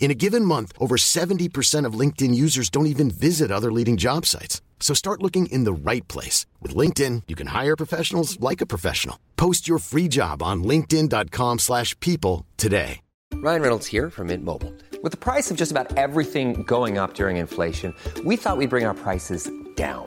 In a given month, over 70% of LinkedIn users don't even visit other leading job sites. So start looking in the right place. With LinkedIn, you can hire professionals like a professional. Post your free job on linkedin.com/people slash people today. Ryan Reynolds here from Mint Mobile. With the price of just about everything going up during inflation, we thought we'd bring our prices down.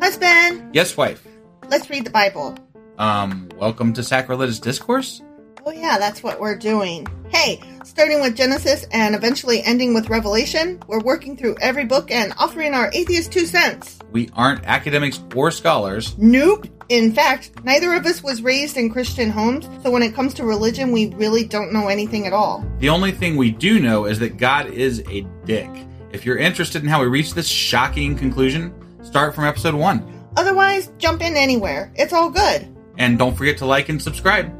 Husband, Yes, wife. let's read the Bible. Um, welcome to Sacrilegious Discourse. Oh, yeah, that's what we're doing. Hey, starting with Genesis and eventually ending with Revelation, we're working through every book and offering our atheist two cents. We aren't academics or scholars. Nope. In fact, neither of us was raised in Christian homes, so when it comes to religion, we really don't know anything at all. The only thing we do know is that God is a dick. If you're interested in how we reach this shocking conclusion, start from episode one. Otherwise, jump in anywhere. It's all good. And don't forget to like and subscribe.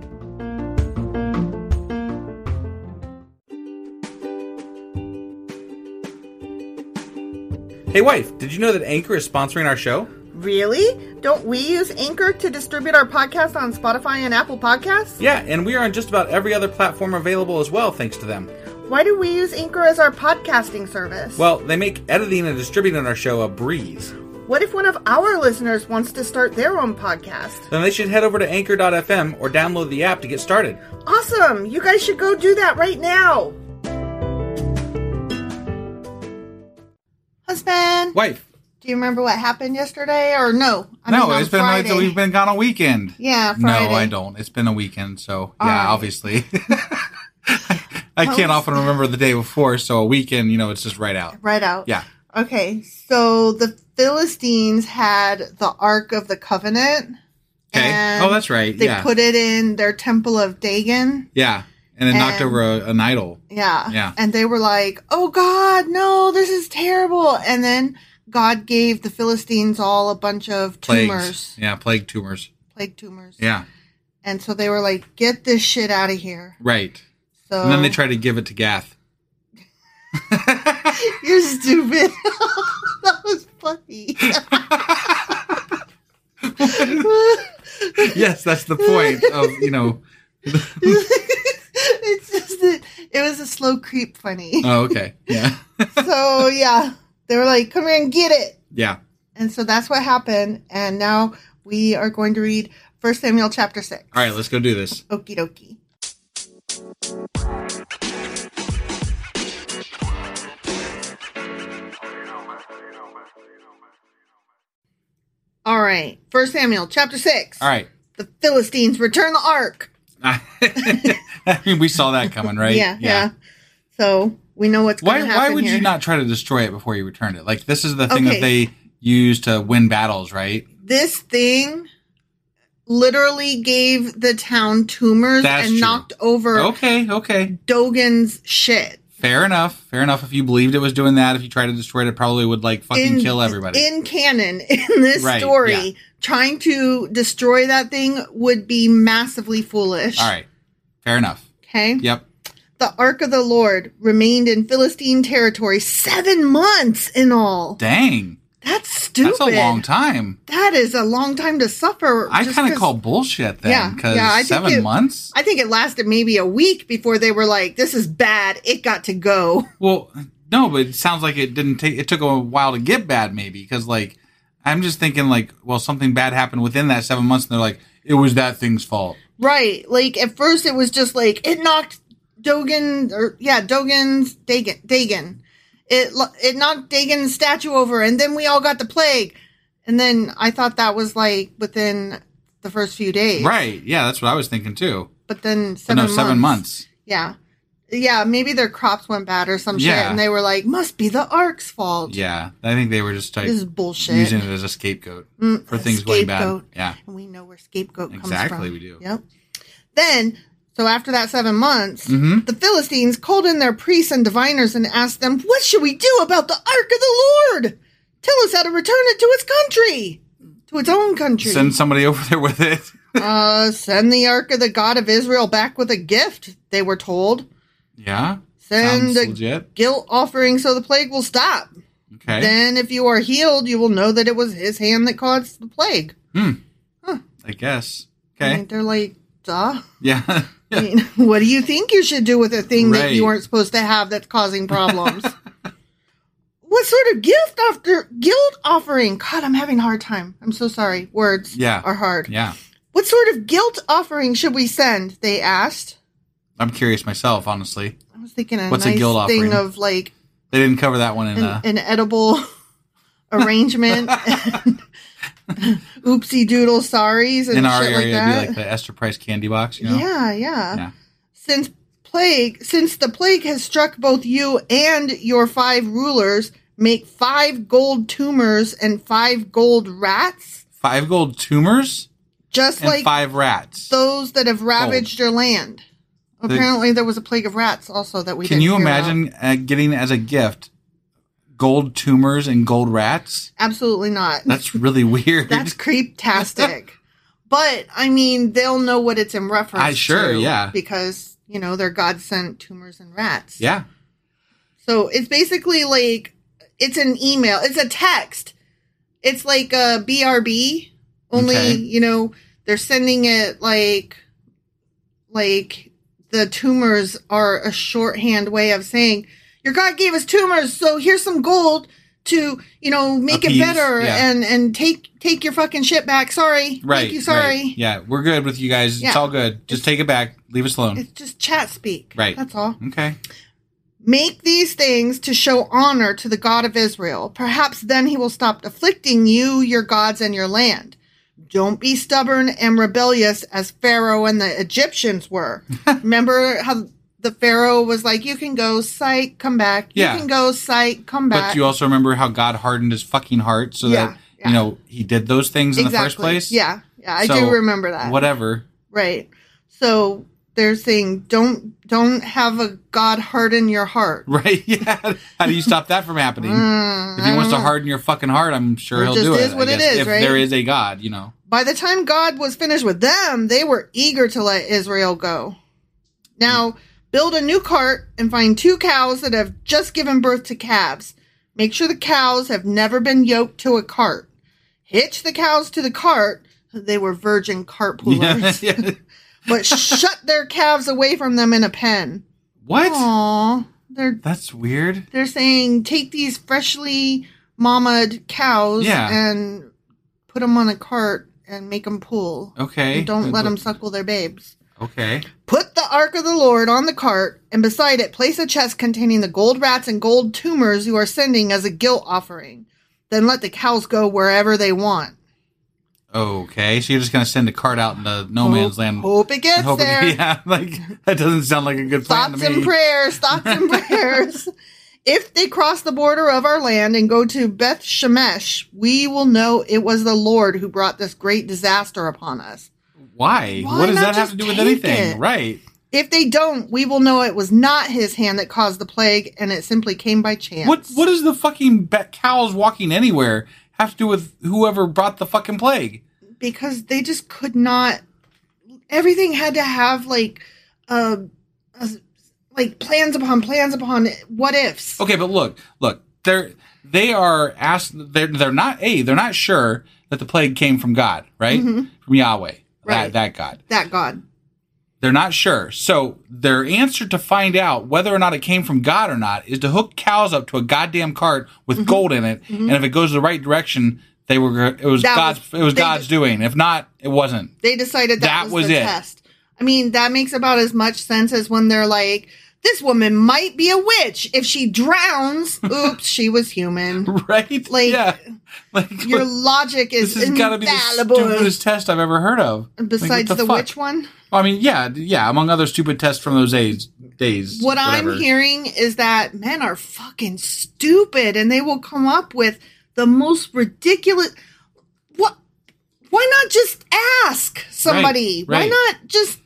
Hey, wife, did you know that Anchor is sponsoring our show? Really? Don't we use Anchor to distribute our podcast on Spotify and Apple Podcasts? Yeah, and we are on just about every other platform available as well, thanks to them. Why do we use Anchor as our podcasting service? Well, they make editing and distributing our show a breeze. what if one of our listeners wants to start their own podcast? Then they should head over to anchor.fm or download the app to get started. Awesome! You guys should go do that right now! Husband, Wife, do you remember what happened yesterday? Or no? I mean, no, on it's been like that Friday. we've been gone a weekend. Yeah, No, Friday. I don't. It's been a weekend, so All yeah, right. obviously. I can't often remember the day before, so a weekend, you know, it's just right out. Right out. Yeah. Okay, so the Philistines had the Ark of the Covenant. Okay. and oh, that's right. They Yeah. put it in their temple of Dagon. yeah. And it knocked And- over a, an idol. Yeah. Yeah. And they were like, oh God, no, this is terrible. And then God gave the Philistines all a bunch of Plagues. tumors, Yeah, plague tumors. plague tumors. Yeah. And so they were like, get this shit out of here. Right. So And then they tried to give it to Gath. You're stupid. that was funny. yes, that's the point of, you know. it's just that it was a Uh. slow creep funny. Oh, okay. Yeah. so yeah, they were like, "Come here and get it." Yeah. And so that's what happened. And now we are going to read 1 Samuel chapter 6. All right, let's go do this. Okie dokie. All right. 1 Samuel chapter 6. All right. The Philistines return the ark. I mean, we saw that coming, right? Yeah, yeah. So we know what's going Why, to why happen. would you here. not try to destroy it before you returned it? Like, this is the thing that Okay. they use to win battles, right? This thing literally gave the town tumors That's and true. knocked over Okay, okay. Dogan's shit. Fair enough. Fair enough. If you believed it was doing that, if you tried to destroy it, it probably would, like, fucking kill everybody. In canon, in this Right, story, yeah. trying to destroy that thing would be massively foolish. All right. Fair enough. Okay. Yep. The Ark of the Lord remained in Philistine territory seven months in all. Dang. That's stupid. That's a long time. That is a long time to suffer. I just kind of 'cause- call bullshit then, because I think seven it- months. I think it lasted maybe a week before they were like, "This is bad. It got to go." Well, no, but it sounds like it didn't take. It took a while to get bad, maybe because like I'm just thinking like, well, something bad happened within that seven months, and they're like, it was that thing's fault. Right? Like at first, it was just like it knocked Dogan or yeah, Dogan's Dagon. Dagon. It lo- it knocked Dagon's statue over, and then we all got the plague. And then I thought that was like within the first few days, Right? Yeah, that's what I was thinking too. But then But seven no, seven months. Yeah. Yeah, maybe their crops went bad or some shit, Yeah. and they were like, "Must be the Ark's fault." Yeah, I think they were just like This is bullshit. Mm, using it as a scapegoat for things going scapegoat. bad. And we know where scapegoat comes from. Exactly, we do. Yep. Then, so after that seven months, Mm-hmm. the Philistines called in their priests and diviners and asked them, What should we do about the Ark of the Lord? Tell us how to return it to its country, to its own country. Yeah, send somebody over there with it. uh, send the Ark of the God of Israel back with a gift, they were told. yeah, Send sounds a legit. guilt offering so the plague will stop. Okay, Then, if you are healed, you will know that it was his hand that caused the plague. I guess. I Okay, mean, they're like, duh. yeah. I mean, what do you think you should do with a thing that you Right. aren't supposed to have that's causing problems? what sort of gift after guilt offering? God, I'm having a hard time. I'm so sorry. Words Yeah. are hard. yeah, What sort of guilt offering should we send? They asked. I'm curious myself, honestly. I was thinking a What's a nice guilt thing offering? of like They didn't cover that one in. an, uh, an edible arrangement. and Oopsie doodle sorries and in shit our area, like that. it'd be like the Esther Price candy box, you know? yeah, yeah. Yeah. Since plague, since the plague has struck both you and your five rulers, make five gold tumors and five gold rats, Five gold tumors just and like five rats. those that have ravaged your land. The- Apparently, there was a plague of rats also that we Can didn't you hear about. imagine uh, getting as a gift gold tumors and gold rats? Absolutely not. That's really weird. That's creeptastic. but I mean, they'll know what it's in reference. I- sure, to, yeah. because you know they're God sent tumors and rats. yeah. So it's basically like it's an email. It's a text. It's like a BRB. Only Okay. you know they're sending it like like the tumors are a shorthand way of saying your God gave us tumors, so here's some gold to you know make Appease, it better yeah. and and take take your fucking shit back. Sorry, Right. Thank you. right. Sorry. Yeah. We're good with you guys. It's Yeah. all good. Just take it back. Leave us alone. It's just chat speak. Right. That's all. Okay. Make these things to show honor to the God of Israel. Perhaps then he will stop afflicting you, your gods, and your land. Don't be stubborn and rebellious as Pharaoh and the Egyptians were. Remember how the Pharaoh was like, You can go, psych, come back. Yeah. You can go, psych, come back. But you also remember how God hardened his fucking heart so Yeah, that, yeah. you know, he did those things in the first place? Yeah. Yeah. I So, e- do remember that. Whatever. Right. So they're saying, Don't don't have a God harden your heart. Right? Yeah. How do you stop that from happening? Mm, if he wants to harden your fucking heart, I'm sure It he'll just do it. is I what it guess, is, if right? there is a God, you know. By the time God was finished with them, they were eager to let Israel go. Now, build a new cart and find two cows that have just given birth to calves. Make sure the cows have never been yoked to a cart. Hitch the cows to the cart. They were virgin cart pullers, Yeah. but shut their calves away from them in a pen. What? Aw, they're That's weird. they're saying take these freshly mamaed cows Yeah. and put them on a cart and make them pull. Okay. And don't let But- them suckle their babes. Okay. Put the ark of the Lord on the cart, and beside it place a chest containing the gold rats and gold tumors you are sending as a guilt offering. Then let the cows go wherever they want. Okay. So you're just gonna send the cart out into no man's land. Hope it gets and hope it- there. yeah, like that doesn't sound like a good plan Thoughts to me. and prayers, thoughts and prayers. If they cross the border of our land and go to Beth Shemesh, we will know it was the Lord who brought this great disaster upon us. Why? Why What does not that have just to do with take anything? it? Right. If they don't, we will know it was not his hand that caused the plague and it simply came by chance. What What does the fucking be- cows walking anywhere have to do with whoever brought the fucking plague? because they just could not everything had to have like uh, uh like plans upon plans upon what ifs. Okay, but look, look, they're they are asked. They're they're not a. They're not sure that the plague came from God, right? From Yahweh, that Mm-hmm. Right. that God. That God. They're not sure. So their answer to find out whether or not it came from God or not is to hook cows up to a goddamn cart with Mm-hmm. gold in it, and if it goes the right direction, they were it was That God's was- it was they God's just- doing. If not, it wasn't. They decided that, That was, was the it. test. I mean, that makes about as much sense as when they're like, this woman might be a witch. If she drowns, oops, she was human. Right? Like, yeah. Like Your look, logic this is has got to be the infallible. stupidest test I've ever heard of. Like, what Besides the, fuck? witch one, I mean, yeah, yeah. Among other stupid tests from those days, days. what whatever. I'm hearing is that men are fucking stupid and they will come up with the most ridiculous. What? Why not just ask somebody? Right, right. Why not just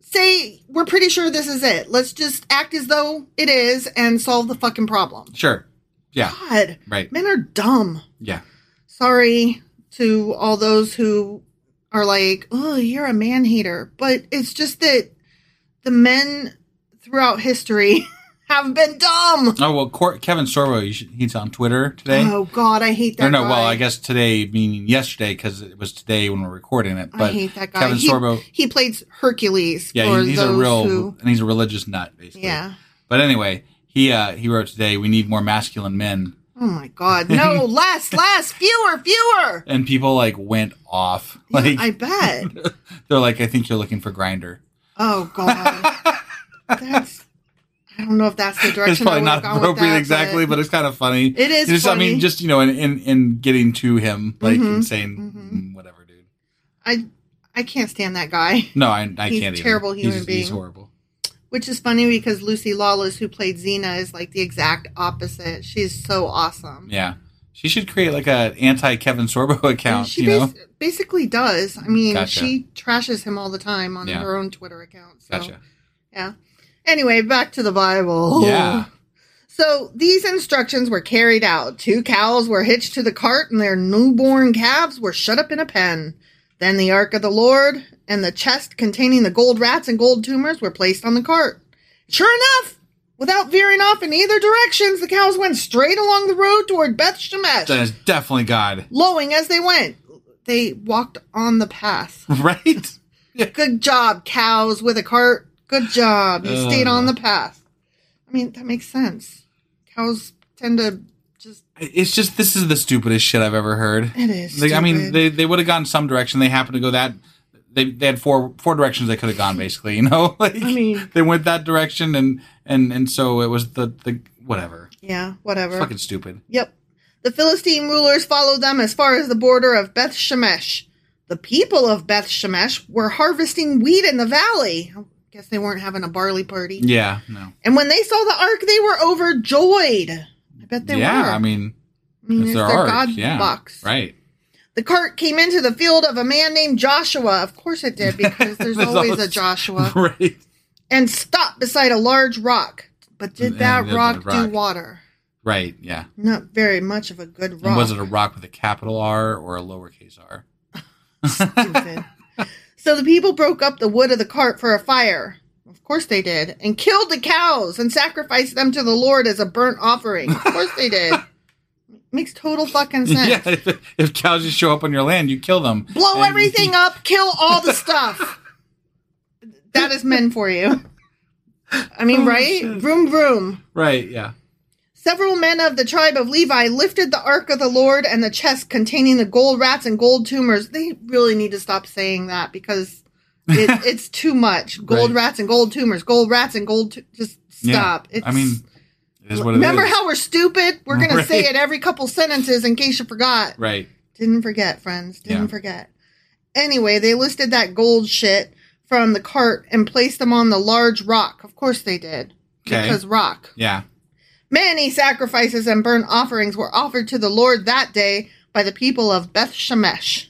say, we're pretty sure this is it? Let's just act as though it is and solve the fucking problem. Sure. Yeah. God, Right. men are dumb. Yeah. Sorry to all those who are like, oh, you're a man hater. But it's just that the men throughout history have been dumb. Oh well, Cor- Kevin Sorbo, you should, he's on Twitter today. Oh, God, I hate that Or no, guy. well, I guess today meaning yesterday because it was today when we're recording it. But I hate that guy. Kevin he, Sorbo, He plays Hercules. yeah, for he, he's a those real Who, and he's a religious nut, basically. yeah. But anyway, he uh, he wrote today, "We need more masculine men," Oh, my God. No, less, less, fewer, fewer. and people like went off. Like I bet. they're like, "I think you're looking for grinder." Oh god, that's. I don't know if that's the direction. It's probably I not would've gone with appropriate that, exactly, but, it's kind of funny. It is Just, I mean, funny. Mm-hmm. just you know, in in, in getting to him, like and saying "Mm, whatever, dude. I I can't stand that guy. No, I, I He's can't. either. terrible human he's, He's being. horrible. Which is funny because Lucy Lawless, who played Xena, is like the exact opposite. She's so awesome. Yeah, she should create like a anti Kevin Sorbo account. And she you know, bas- basically does. I mean, Gotcha. she trashes him all the time on Yeah. her own Twitter account. So, gotcha. Yeah. Anyway, back to the Bible. Yeah. So these instructions were carried out. Two cows were hitched to the cart, and their newborn calves were shut up in a pen. Then the ark of the Lord and the chest containing the gold rats and gold tumors were placed on the cart. Sure enough, without veering off in either directions, the cows went straight along the road toward Beth Shemesh, That is definitely God, lowing as they went. They walked on the path. right? Good job, cows with a cart. Good job. You stayed on the path. I mean, that makes sense. Cows tend to just. it's just this is the stupidest shit I've ever heard. It is Like, I mean, stupid. they they would have gone some direction. They happened to go that. They, they had four four directions they could have gone basically. You know, like mean- they went that direction and and and so it was the the whatever. Yeah, whatever. Fucking stupid. Yep. The Philistine rulers followed them as far as the border of Beth Shemesh. The people of Beth Shemesh were harvesting wheat in the valley. I guess they weren't having a barley party. Yeah. No. And when they saw the ark, they were overjoyed. I bet they yeah, were. I mean, I mean, it's their, art. yeah, box. right? The cart came into the field of a man named Joshua. Of course it did, because there's, always, a Joshua. right? And stopped beside a large rock. But did And that there's a rock, rock. do water? Right, yeah. Not very much of a good rock. And was it a rock with a capital R or a lowercase R? Stupid. so the people broke up the wood of the cart for a fire. Of course they did. And killed the cows and sacrificed them to the Lord as a burnt offering. Of course they did. Makes total fucking sense. Yeah, if, if cows just show up on your land, you kill them. Blow And- everything up, kill all the stuff. that Oh, is men for you. I mean, right? Vroom, vroom. Right, yeah. Several men of the tribe of Levi lifted the ark of the Lord and the chest containing the gold rats and gold tumors. They really need to stop saying that because it, it's too much. Gold Right. rats and gold tumors. Gold rats and gold. Tu- just stop. Yeah. It's, I mean, it is what it is. remember how we're stupid? We're gonna say Right. it every couple sentences in case you forgot. Right. Didn't forget, friends. Didn't Yeah. forget. Anyway, they listed that gold shit from the cart and placed them on the large rock. Of course they did. 'Kay. Because rock. Yeah. Many sacrifices and burnt offerings were offered to the Lord that day by the people of Beth Shemesh.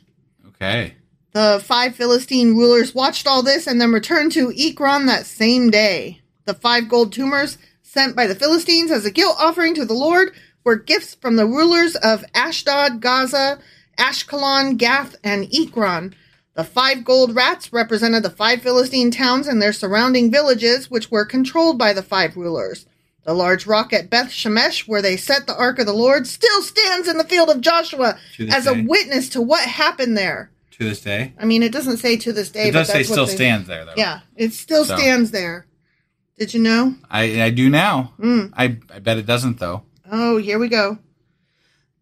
Okay. The five Philistine rulers watched all this and then returned to Ekron that same day. The five gold tumors sent by the Philistines as a guilt offering to the Lord were gifts from the rulers of Ashdod, Gaza, Ashkelon, Gath, and Ekron. The five gold rats represented the five Philistine towns and their surrounding villages, which were controlled by the five rulers. The large rock at Beth Shemesh, where they set the ark of the Lord, still stands in the field of Joshua To this as a day. witness to what happened there. To this day. I mean, it doesn't say to this day. It does but say that's what still they- stands there, though. Yeah, it still So. stands there. Did you know? I, I do now. Mm. I, I bet it doesn't, though. Oh, here we go.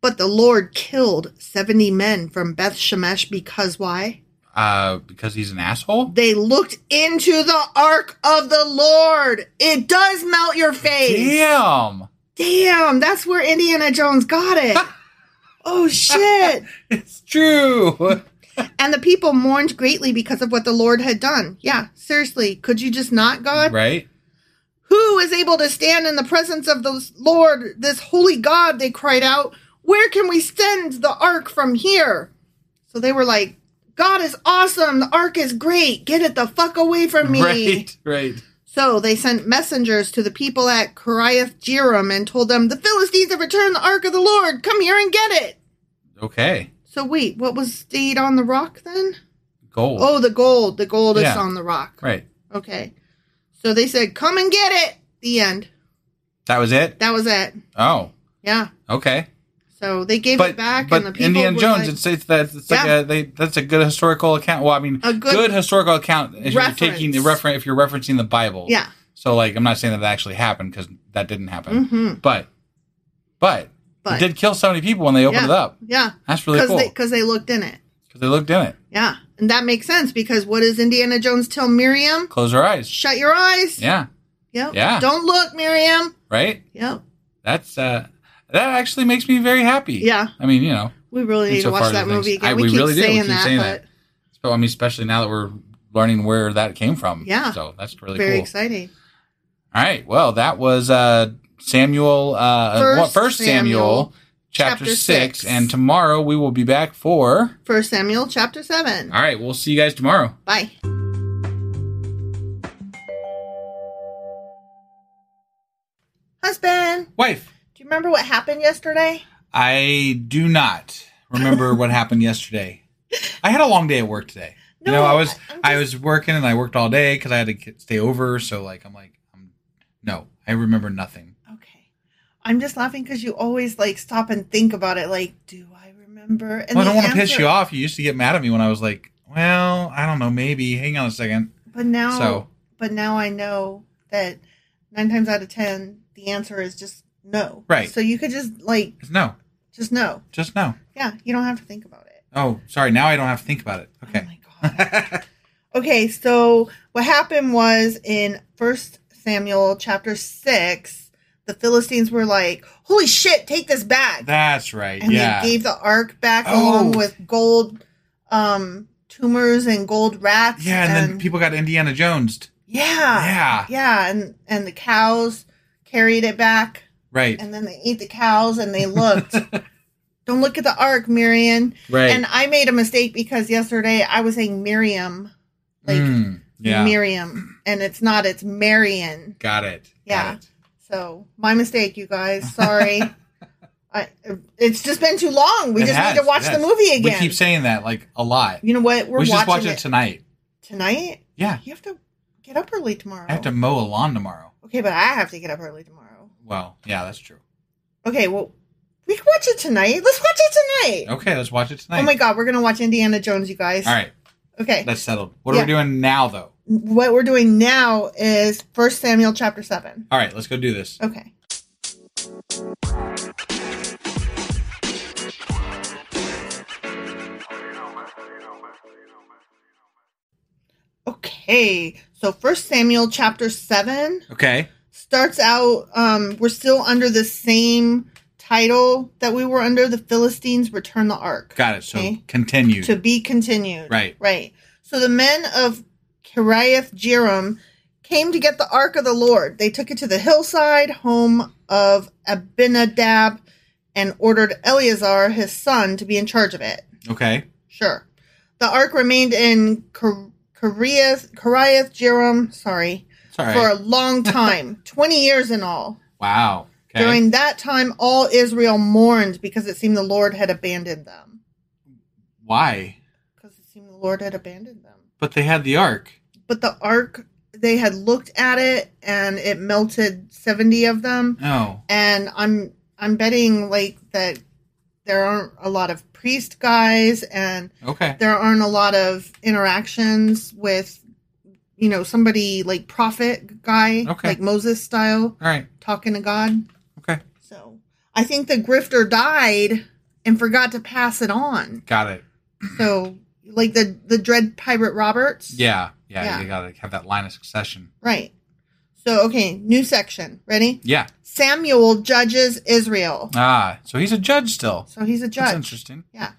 But the Lord killed 70 men from Beth Shemesh because why? Uh, because he's an asshole? They looked into the ark of the Lord. It does melt your face. Damn. Damn, that's where Indiana Jones got it. oh, shit. It's true. And the people mourned greatly because of what the Lord had done. Yeah, seriously. Could you just not, God? right? Who is able to stand in the presence of the Lord, this holy God? They cried out, Where can we send the ark from here? So they were like, God is awesome. The ark is great. Get it the fuck away from me. Right. Right. So they sent messengers to the people at Kiriath Jearim and told them, The Philistines have returned the ark of the Lord. Come here and get it. Okay. So wait, what was stayed on the rock then? Gold. Oh, the gold. The gold Yeah. is on the rock. Right. Okay. So they said, Come and get it. The end. That was it? That was it. Oh. Yeah. Okay. So they gave but it back, but and the people Indiana were Jones, like, it says that it's like Yeah. a, they, that's a good historical account. Well, I mean, A a good good, historical account if reference. you're taking the reference if you're referencing the Bible. Yeah. So like, I'm not saying that that actually happened because that didn't happen, but but Mm-hmm. But- it did kill so many people when they opened yeah, it up Yeah, That's really cool. Because they, looked in it. because they looked in it. Yeah, and that makes sense because what does Indiana Jones tell Miriam? Close their eyes. Shut your eyes. Yeah. Yep. Yeah. Don't look, Miriam. Right. Yep. That's uh that actually makes me very happy. Yeah. I mean, you know, We really need to Insofar watch as that things- movie again. I- we, we keep really do. We saying keep that, saying but that. so I mean, especially now that we're learning where that came from. Yeah. So that's really very cool. exciting. All right. Well, that was uh, Samuel, uh, First well, First Samuel, Samuel, chapter, chapter six. six. And tomorrow we will be back for. First Samuel chapter seven. All right. We'll see you guys tomorrow. Bye. Husband, Wife, do you remember what happened yesterday? I do not remember what happened yesterday. I had a long day at work today. you know, No, I was I- I'm I just- was working and I worked all day because I had to k- stay over. So like I'm like I'm, no, I remember nothing. Okay. I'm just laughing because you always like stop and think about it. Like, do I remember? And Well, I don't the want to piss answer- you off. You used to get mad at me when I was like, well, I don't know, maybe. Hang on a second. But now, So- but now I know that nine times out of ten, the answer is just no. Right. So you could just like It's no, just no. just no. Yeah, you don't have to think about it. Oh, sorry. Now I don't have to think about it. Okay. Oh my god. okay, so what happened was in First Samuel chapter six, the Philistines were like, "Holy shit, take this back!" That's right. and yeah. they gave the ark back Oh. along with gold um tumors and gold rats yeah, and, then people got Indiana Jonesed. yeah Yeah. yeah and and the cows carried it back Right. and then they ate the cows and they looked don't look at the ark miriam Right. and i made a mistake because yesterday i was saying miriam like Mm, yeah. miriam and it's not it's marion got it. Got Yeah. it. so my mistake you guys sorry I, it's just been too long we It just has, need to watch it the has. movie again We keep saying that like a lot. You know what? We're we should watching just watch it, it, tonight. tonight. Yeah. You have to get up early tomorrow. I have to mow a lawn tomorrow. Okay, but I have to get up early tomorrow. Well, yeah, that's true. Okay, well, we can watch it tonight. Let's watch it tonight. Okay, let's watch it tonight. Oh my god, we're gonna watch Indiana Jones, you guys. All right, Okay. that's settled. What Yeah. are we doing now, though? What we're doing now is First Samuel chapter seven. All right, let's go do this. Okay. Okay, so First Samuel chapter seven Okay. starts out. Um, we're still under the same title that we were under. The Philistines return the ark. Got it. So Okay. continue. to be continued. Right. Right. So the men of Kiriath Jearim came to get the ark of the Lord. They took it to the hillside home of Abinadab and ordered Eleazar his son to be in charge of it. okay. Sure. The ark remained in Kir- Kiriath Kiriath Jearim, sorry, It's all right. for a long time, 20 years in all. wow. Okay. During that time all Israel mourned because it seemed the Lord had abandoned them. Why? Because it seemed the Lord had abandoned them. But they had the ark. but the ark they had looked at it and it melted 70 of them Oh. and i'm i'm betting like that there aren't a lot of priest guys and Okay. there aren't a lot of interactions with you know somebody like prophet guy Okay. like moses style All right. talking to god Okay. so i think the grifter died and forgot to pass it on Got it. so like the the dread pirate roberts Yeah. Yeah. Yeah. You gotta have that line of succession. Right. So, okay, new section. Ready? Yeah. Samuel judges Israel. Ah. So he's a judge still. So he's a That's judge. interesting. Yeah.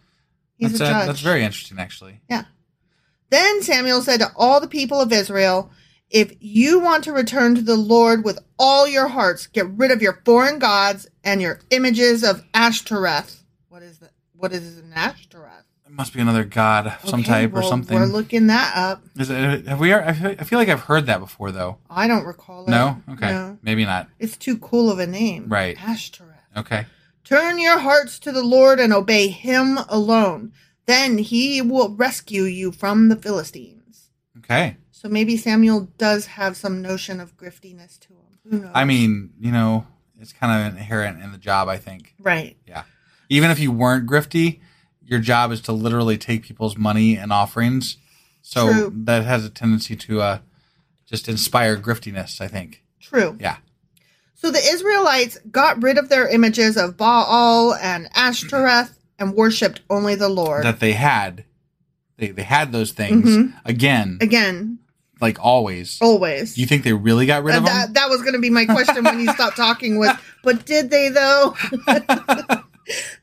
He's that's a judge. that's very interesting, actually. Yeah. Then Samuel said to all the people of Israel, If you want to return to the Lord with all your hearts, get rid of your foreign gods and your images of Ashtoreth. What is that? What is an Ashtoreth? It must be another god of some Okay, type or well, something. We're looking that up. Is it, have we? I feel I feel like I've heard that before, though. I don't recall it. No. Okay. No. Maybe not. It's too cool of a name. Right. Ashtoreth. Okay. Turn your hearts to the Lord and obey him alone. Then he will rescue you from the Philistines. Okay. So maybe Samuel does have some notion of griftiness to him. Who knows? I mean, you know, it's kind of inherent in the job, I think. right. Yeah. Even if you weren't grifty, your job is to literally take people's money and offerings. So True. that has a tendency to uh, just inspire griftiness, I think. True. Yeah. So the Israelites got rid of their images of Baal and Ashtoreth and worshipped only the Lord. That they had. They, they had those things Mm-hmm. again, Again, like always. always. You think they really got rid of them? Oh. that, that was going to be my question when you stopped talking was but did they though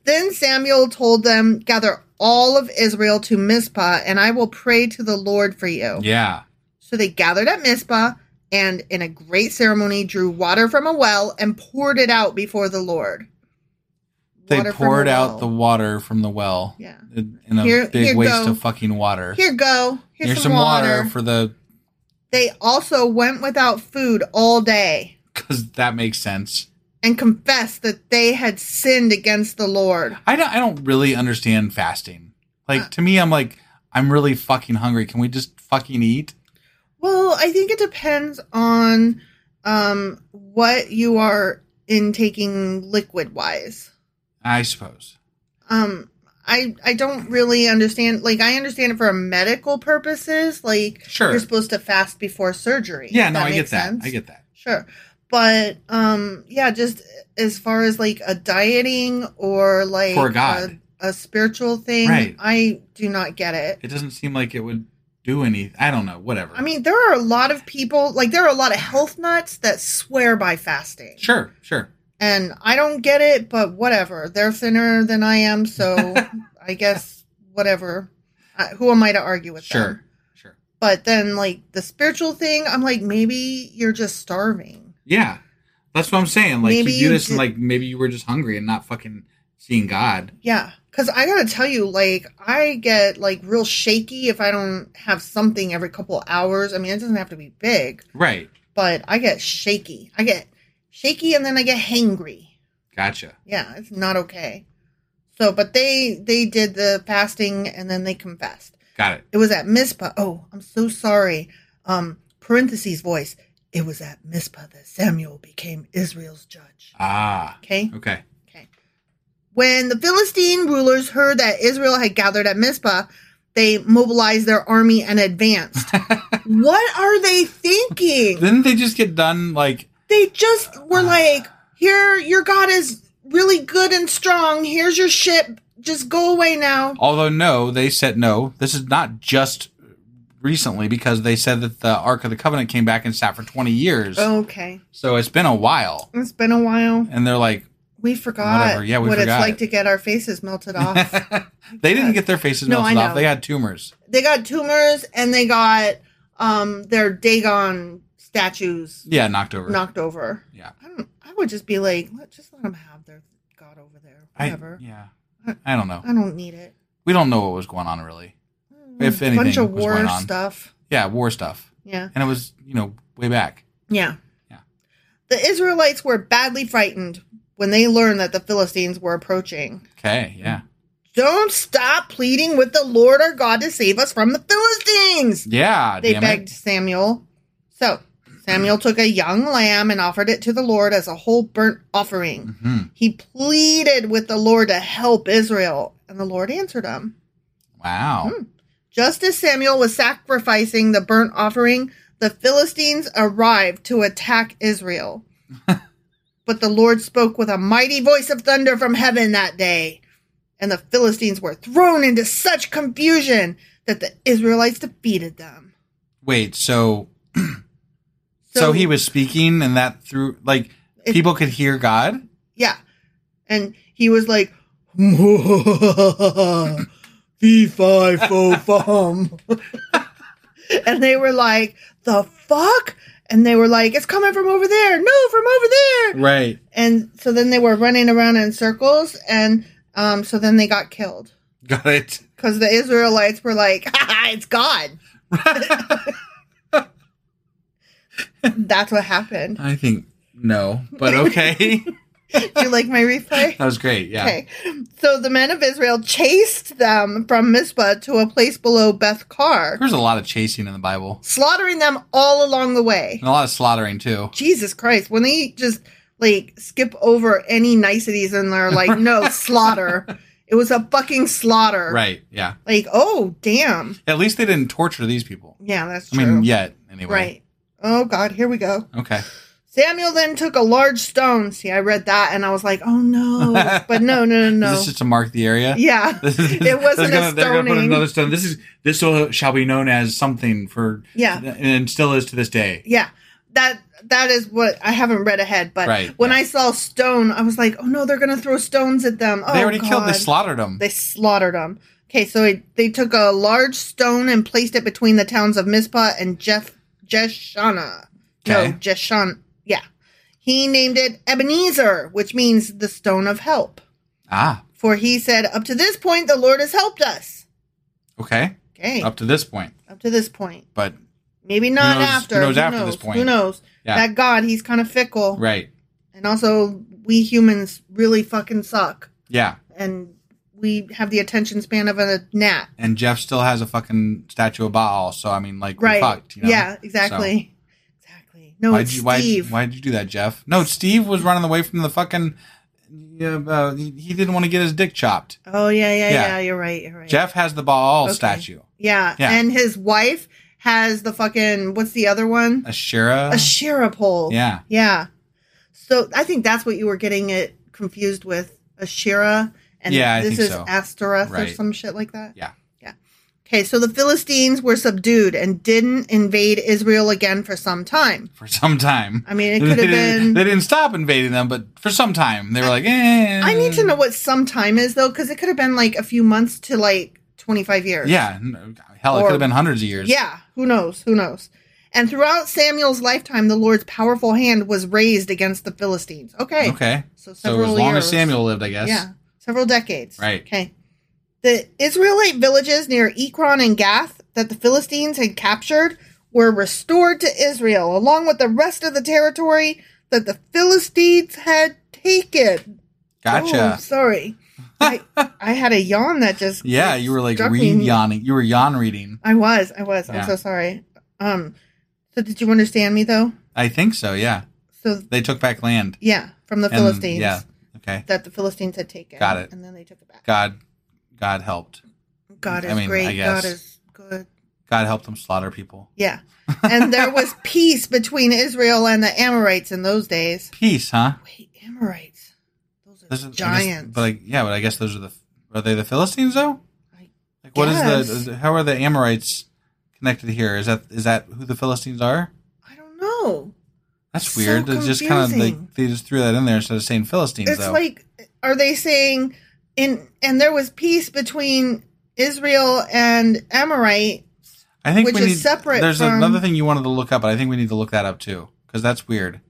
then samuel told them gather all of israel to mizpah and i will pray to the lord for you Yeah. so they gathered at mizpah and in a great ceremony drew water from a well and poured it out before the lord They Water from a poured out well. the water from the well. Yeah. In in a Here- big here waste go. of fucking water. here go here's, some, water, for the they also went without food all day because that makes sense. and confessed that they had sinned against the lord I don't. I don't really understand fasting. Like to me, I'm like I'm really fucking hungry. Can we just fucking eat? Well, I think it depends on um, what you are intaking liquid wise. I suppose. Um, I I don't really understand. Like, I understand it for medical purposes. Like, Sure. you're supposed to fast before surgery. Yeah. If No, I get makes that. sense. I get that. Sure, but um, yeah, just as far as like a dieting or like For God. A, a spiritual thing, Right. I do not get it. It doesn't seem like it would do any. I don't know. Whatever. I mean, there are a lot of people, like, there are a lot of health nuts that swear by fasting. sure, sure. And I don't get it, but whatever. They're thinner than I am, so I guess whatever. Uh, who am I to argue with Sure. them? Sure. But then, like, the spiritual thing, I'm like, maybe you're just starving. Yeah. That's what I'm saying. Like Maybe you do you this, and did- like maybe you were just hungry and not fucking seeing God. Yeah. Because I got to tell you, like, I get, like, real shaky if I don't have something every couple hours. I mean, it doesn't have to be big, Right. but I get shaky. I get shaky and then I get hangry. Gotcha. yeah it's not okay so but they they did the fasting and then they confessed Got it. it was at mizpah oh i'm so sorry um parentheses voice it was at mizpah that samuel became israel's judge Ah. okay Okay. okay when the philistine rulers heard that israel had gathered at mizpah they mobilized their army and advanced what are they thinking Didn't they just get done like they just were like Here, your god is really good and strong. Here's your ship. Just go away now. Although no, they said no. This is not just recently because they said that the Ark of the Covenant came back and sat for 20 years. Oh. Okay. So it's been a while. It's been a while. And they're like We forgot Whatever. Yeah, we what forgot. it's like to get our faces melted off. they didn't get their faces No, melted I off. know. They had tumors. they got tumors and they got um their Dagon statues Yeah, knocked over. knocked over. Yeah. I don't. I would just be like, let just let them have their god over there. I, Whatever. I, yeah. I don't know. don't need it. We don't know what was going on really. If anything Hmm. bunch of was war going on. stuff. Yeah, war stuff. Yeah. And it was, you know, way back. Yeah. Yeah. The Israelites were badly frightened when they learned that the Philistines were approaching. Okay, yeah. Don't stop pleading with the Lord our God to save us from the Philistines. Yeah, They damn begged it. Samuel. So Samuel took a young lamb and offered it to the Lord as a whole burnt offering. Mm-hmm. He pleaded with the Lord to help Israel, and the Lord answered him. Wow. Hmm. Just as Samuel was sacrificing the burnt offering, the Philistines arrived to attack Israel. but the Lord spoke with a mighty voice of thunder from heaven that day, and the Philistines were thrown into such confusion that the Israelites defeated them. Wait, so so he was speaking and that through like It- people could hear God? Yeah. And he was like, V5 fo fum. And they were like, the fuck? And they were like, it's coming from over there. No, from over there. Right. And so then they were running around in circles. And um, so then they got killed Got it. because the Israelites were like, "Ha, ha, it's God. That's what happened. I think no, but okay. Do you like my replay? that was great. Yeah. Okay. So the men of Israel chased them from Mizpah to a place below Beth Kar, There's a lot of chasing in the Bible slaughtering them all along the way. and a lot of slaughtering too. Jesus Christ. When they just like skip over any niceties and they're like, no, slaughter. It was a fucking slaughter. Right. Yeah. Like, oh, damn. At least they didn't torture these people. Yeah, that's I true. mean, yet anyway. Right. Oh, God. Here we go. Okay. Samuel then took a large stone. See, I read that and I was like, oh, no. But no, no, no, no. Is this just to mark the area? yeah. it wasn't they're gonna, a they're gonna put stoning. another stone. This is this will, shall be known as something for Yeah. and still is to this day. yeah that that is what i haven't read ahead but Right, when yeah. i saw stone i was like oh no they're gonna throw stones at them oh, they already killed. They God. slaughtered them. they slaughtered them okay so it, they took a large stone and placed it between the towns of mizpah and jeff jeshana Okay. no jeshan yeah he named it ebenezer which means the stone of help ah. for he said up to this point the lord has helped us Okay. okay Up up, to this point, to this point but maybe not knows- who after knows after this point? who knows Yeah. that god he's kind of fickle right. And also, we humans really fucking suck. Yeah. And we have the attention span of a gnat. And Jeff still has a fucking statue of Baal. So I mean, like, we Right. fucked. You know? Yeah, So- exactly. Exactly. No, why'd it's you, why'd- Steve. Why'd, you do that, Jeff? No, Steve was running away from the fucking. yeah, Uh, he he didn't want to get his dick chopped. oh, yeah, yeah, Yeah. yeah, You're right. You're right. Jeff has the Baal Okay. statue. Yeah. Yeah. And his wife has the fucking, what's the other one? Ashera. A Shira pole. Yeah. Yeah. So I think that's what you were getting it confused with. A Shira. And Yeah, I this think is so. Astaroth or Right. some shit like that. yeah. Okay, so the Philistines were subdued and didn't invade Israel again for some time. For some time. I mean, it could They have didn't- been- They didn't stop invading them, but for some time they were like, eh. I need to know what some time is though, because it could have been like a few months to like 25 years. Yeah. n- Hell, it Or- could have been hundreds of years. Yeah, who knows? Who knows? And throughout Samuel's lifetime, the Lord's powerful hand was raised against the Philistines. Okay. Okay. So So, several as long years. as Samuel lived, I guess. Yeah, several decades. Right. Okay. The Israelite villages near Ekron and Gath that the Philistines had captured were restored to Israel, along with the rest of the territory that the Philistines had taken. Oh, Gotcha. sorry. I, I had a yawn that just. yeah, you were like struck read me. yawning. You were yawn reading. I was. I was. Yeah. I'm so sorry. Um. So did you understand me though? I think so. Yeah. So They took back land. yeah, from the And- Philistines. Yeah. Okay. That the Philistines had taken. Got it. And then they took it back. God, God helped. God is I mean, I great. guess. God is good. God help them slaughter people. Yeah. And there was peace between Israel and the Amorites in those days. Peace, huh? Wait, Amorites. Those are This is- I guess- giants. but like, yeah, but I guess those are the are they the Philistines though? I Like, what is guess. the is- how are the Amorites connected here? Is that is that who the Philistines are? I don't know. That's So weird. it's just kind of confusing. like they just threw that in there instead of saying Philistines. It's though. like are they saying in and there was peace between Israel and Amorite? I think which we is need, separate There's from- another thing you wanted to look up, but I think we need to look that up too because that's weird.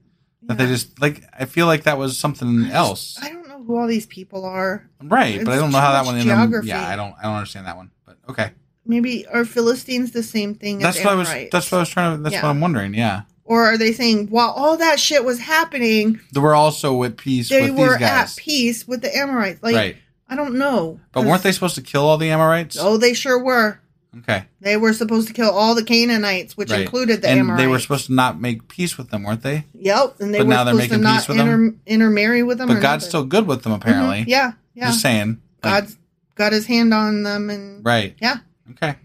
That they just like I feel like that was something else, I don't know who all these people are. right? But I it's don't know how that too much one. geography. yeah, I don't. I don't understand that one. But okay, Maybe are Philistines the same thing that's as what I was. Amorites? That's what I was trying to. That's Yeah. what I'm wondering. Yeah, or are they saying while all that shit was happening, they were also at peace they with were these guys, at peace with the Amorites? Like right? I don't know. But weren't they supposed to kill all the Amorites? Oh, they sure were. okay, They were supposed to kill all the Canaanites, which right. included the and Amorites. they were supposed to not make peace with them, weren't they? Yep, and they But were now they're supposed to making not peace with inter- them? intermarry with them. But or God's nothing. still good with them, apparently. Mm-hmm. Yeah, yeah. Just saying. Like, God's got his hand on them, and right. Yeah. Okay.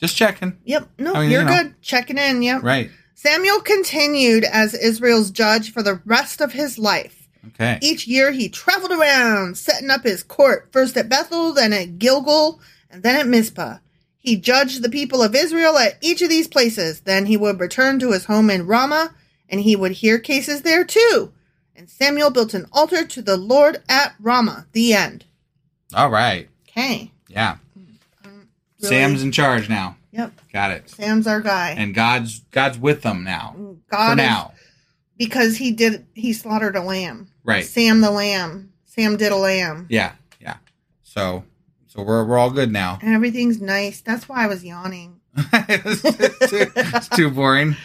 Just checking. Yep. No, I mean, you're you know. good. Checking in. Yep. Right. Samuel continued as Israel's judge for the rest of his life. Okay. Each year he traveled around, setting up his court, first at Bethel, then at Gilgal, and then at Mizpah. He judged the people of Israel at each of these places. Then he would return to his home in Ramah, and he would hear cases there too. And Samuel built an altar to the Lord at Ramah. The end. All right. Okay. Yeah. really- Sam's in charge now. Yep. Got it. Sam's our guy. And God's God's with them now. Mm, God for is- now. because he did he slaughtered a lamb. Right. Sam the lamb. Sam did a lamb. Yeah. Yeah. So so we're we're all good now. And everything's nice. That's why I was yawning. it's, too, it's too boring.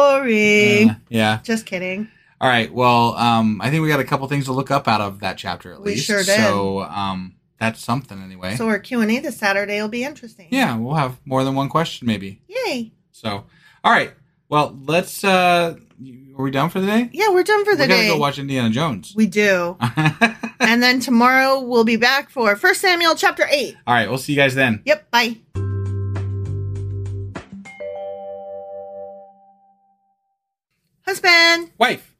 Boring. Uh, yeah. Just kidding. All right. Well, um, I think we got a couple things to look up out of that chapter at We least. sure did. So um, that's something anyway. So our Q and A this Saturday will be interesting. Eh. yeah, we'll have more than one question maybe. Yay. So, all right. Well, let's. Uh, are we done for the day? Yeah, we're done for the we gotta day. go watch Indiana Jones. we do. and then tomorrow we'll be back for First Samuel chapter eight. all right. We'll see you guys then. Yep. Bye. Husband, Wife.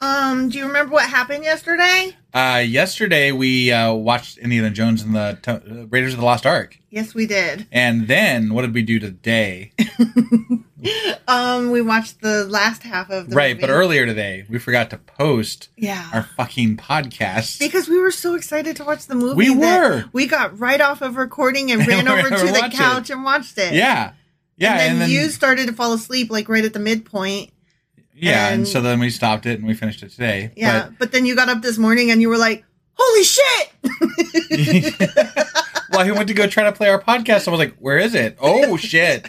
um, do you remember what happened yesterday? Uh, yesterday we uh, watched Indiana Jones and the to- uh, Raiders of the Lost Ark, Yes, we did. and then what did we do today? Um, we watched the last half of the right, movie. but earlier today we forgot to post yeah, our fucking podcast. because we were so excited to watch the movie. We that were. we got right off of recording and ran We over to the watched couch it. and watched it. yeah, yeah, and then, you started to fall asleep like right at the midpoint. Yeah, and, And- so then we stopped it and we finished it today. Yeah, but, then you got up this morning and you were like, "Holy shit!" But, well, he went to go try to play our podcast. I was like, "Where is it? Oh shit!"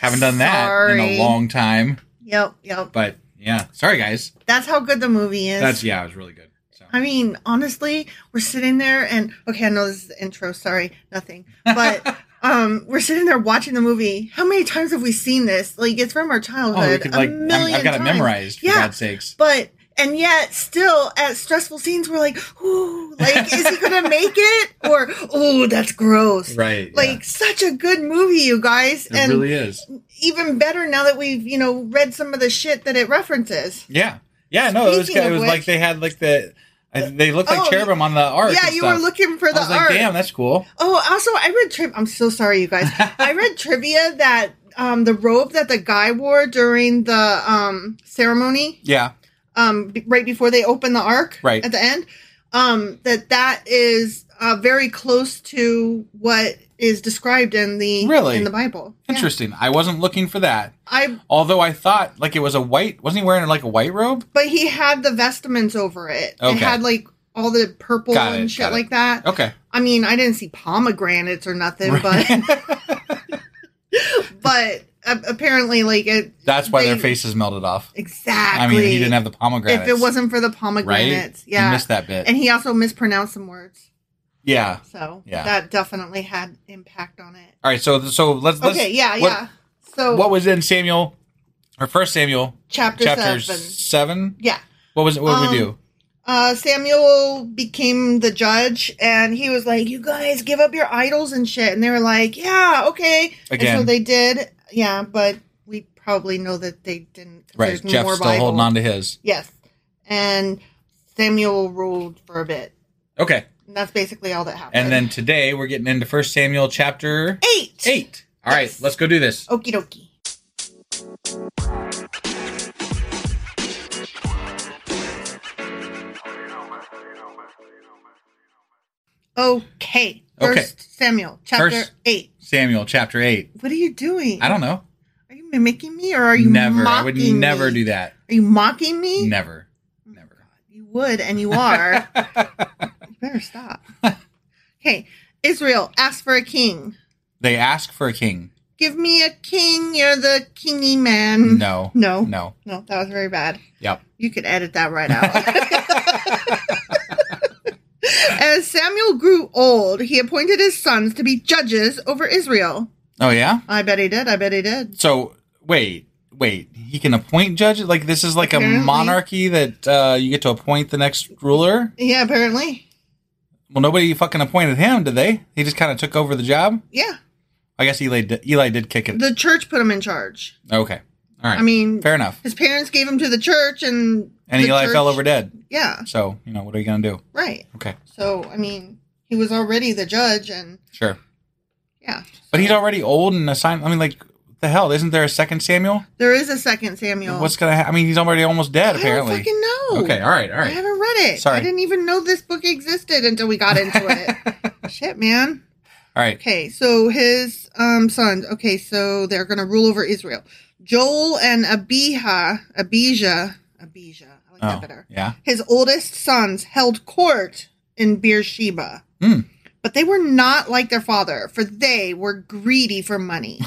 Haven't done that in Sorry. a long time. yep, yep. But yeah, sorry guys. That's how good the movie is. That's yeah, it was really good. So I mean, honestly, we're sitting there and okay, I know this is the intro, sorry, nothing. But um we're sitting there watching the movie. How many times have we seen this? Like it's from our childhood. oh, we could a like I'm- million I've got times. it memorized for yeah. God's sakes. But and yet still at stressful scenes we're like, ooh, like is he gonna make it? Or oh, that's gross. Right, yeah. Like such a good movie, you guys. It and really is. even better now that we've, you know, read some of the shit that it references. Yeah, yeah. No, it was Speaking good. It of was which- like they had like the I- they looked like Oh, cherubim on the ark. yeah, and you were stuff. looking for I the was like, ark. Damn, that's cool. Oh, also, I read trivia. I'm so sorry, you guys. I read trivia that um, the robe that the guy wore during the um, ceremony, Yeah, um, b- right before they opened the ark, Right. at the end, um, that that is uh, very close to what is described in the Really? in the Bible. Yeah. interesting. I wasn't looking for that. I Although I thought like it was a white. Wasn't he wearing like a white robe? but he had the vestments over it. Okay. It had like all the purple Got and it, shit got it. like that. Okay. I mean, I didn't see pomegranates or nothing, but but a- apparently, like it. That's why their They- faces melted off. Exactly. I mean, he didn't have the pomegranates. If it wasn't for the right, pomegranates, He yeah, missed that bit. And he also mispronounced some words, yeah. so Yeah. that definitely had impact on it. All right. So so let's. let's okay, yeah, what- yeah. So What was in Samuel, or First Samuel, Chapter chapter seven. seven? yeah. What was it? What did we Um, do? uh, Samuel became the judge, and he was like, "You guys give up your idols and shit." And they were like, "Yeah, okay." Again. And so they did, yeah. But we probably know that they didn't. 'cause Right. there's Jeff's still Bible. holding on to his. Yes, and Samuel ruled for a bit. Okay. And that's basically all that happened. And then today we're getting into First Samuel chapter eight, eight. All right, Yes. let's go do this. okie dokie. Okay. First Okay. Samuel chapter First- eight. Samuel chapter eight. What are you doing? I don't know. Are you mimicking me or are you never. I Mocking would never me? do that. Are you mocking me? Never. Never. You would, and you are. you better stop. Okay. Israel, ask for a king. They ask for a king. Give me a king. You're the kingy man. No. Hmm. No. No. No, that was very bad. Yep. You could edit that right out. As Samuel grew old, he appointed his sons to be judges over Israel. Oh yeah. I bet he did. I bet he did. So wait, wait. He can appoint judges. Like this is like a Apparently. monarchy that uh, you get to appoint the next ruler. Yeah, apparently. Well, nobody fucking appointed him, did they? He just kind of took over the job. Yeah. I guess Eli did, Eli did kick it. The church put him in charge. okay. All right. I mean, fair enough. His parents gave him to the church and. And the Eli church- fell over dead. Yeah, So you know what are you gonna do? right. Okay. So, I mean, he was already the judge and. Sure. Yeah. But he's already old and assigned. I mean, like the hell, isn't there a second Samuel? There is a second Samuel. What's gonna? Ha- I mean, he's already almost dead. I apparently. don't fucking know. Okay. All right. All I right. haven't read it. Sorry. I didn't even know this book existed until we got into it. Shit, man. All right. Okay, so his um sons. Okay, so they're gonna rule over Israel. Joel and Abijah, Abijah, Abijah. I like Oh, that better. yeah. His oldest sons held court in Beersheba. Hmm. But they were not like their father, for they were greedy for money.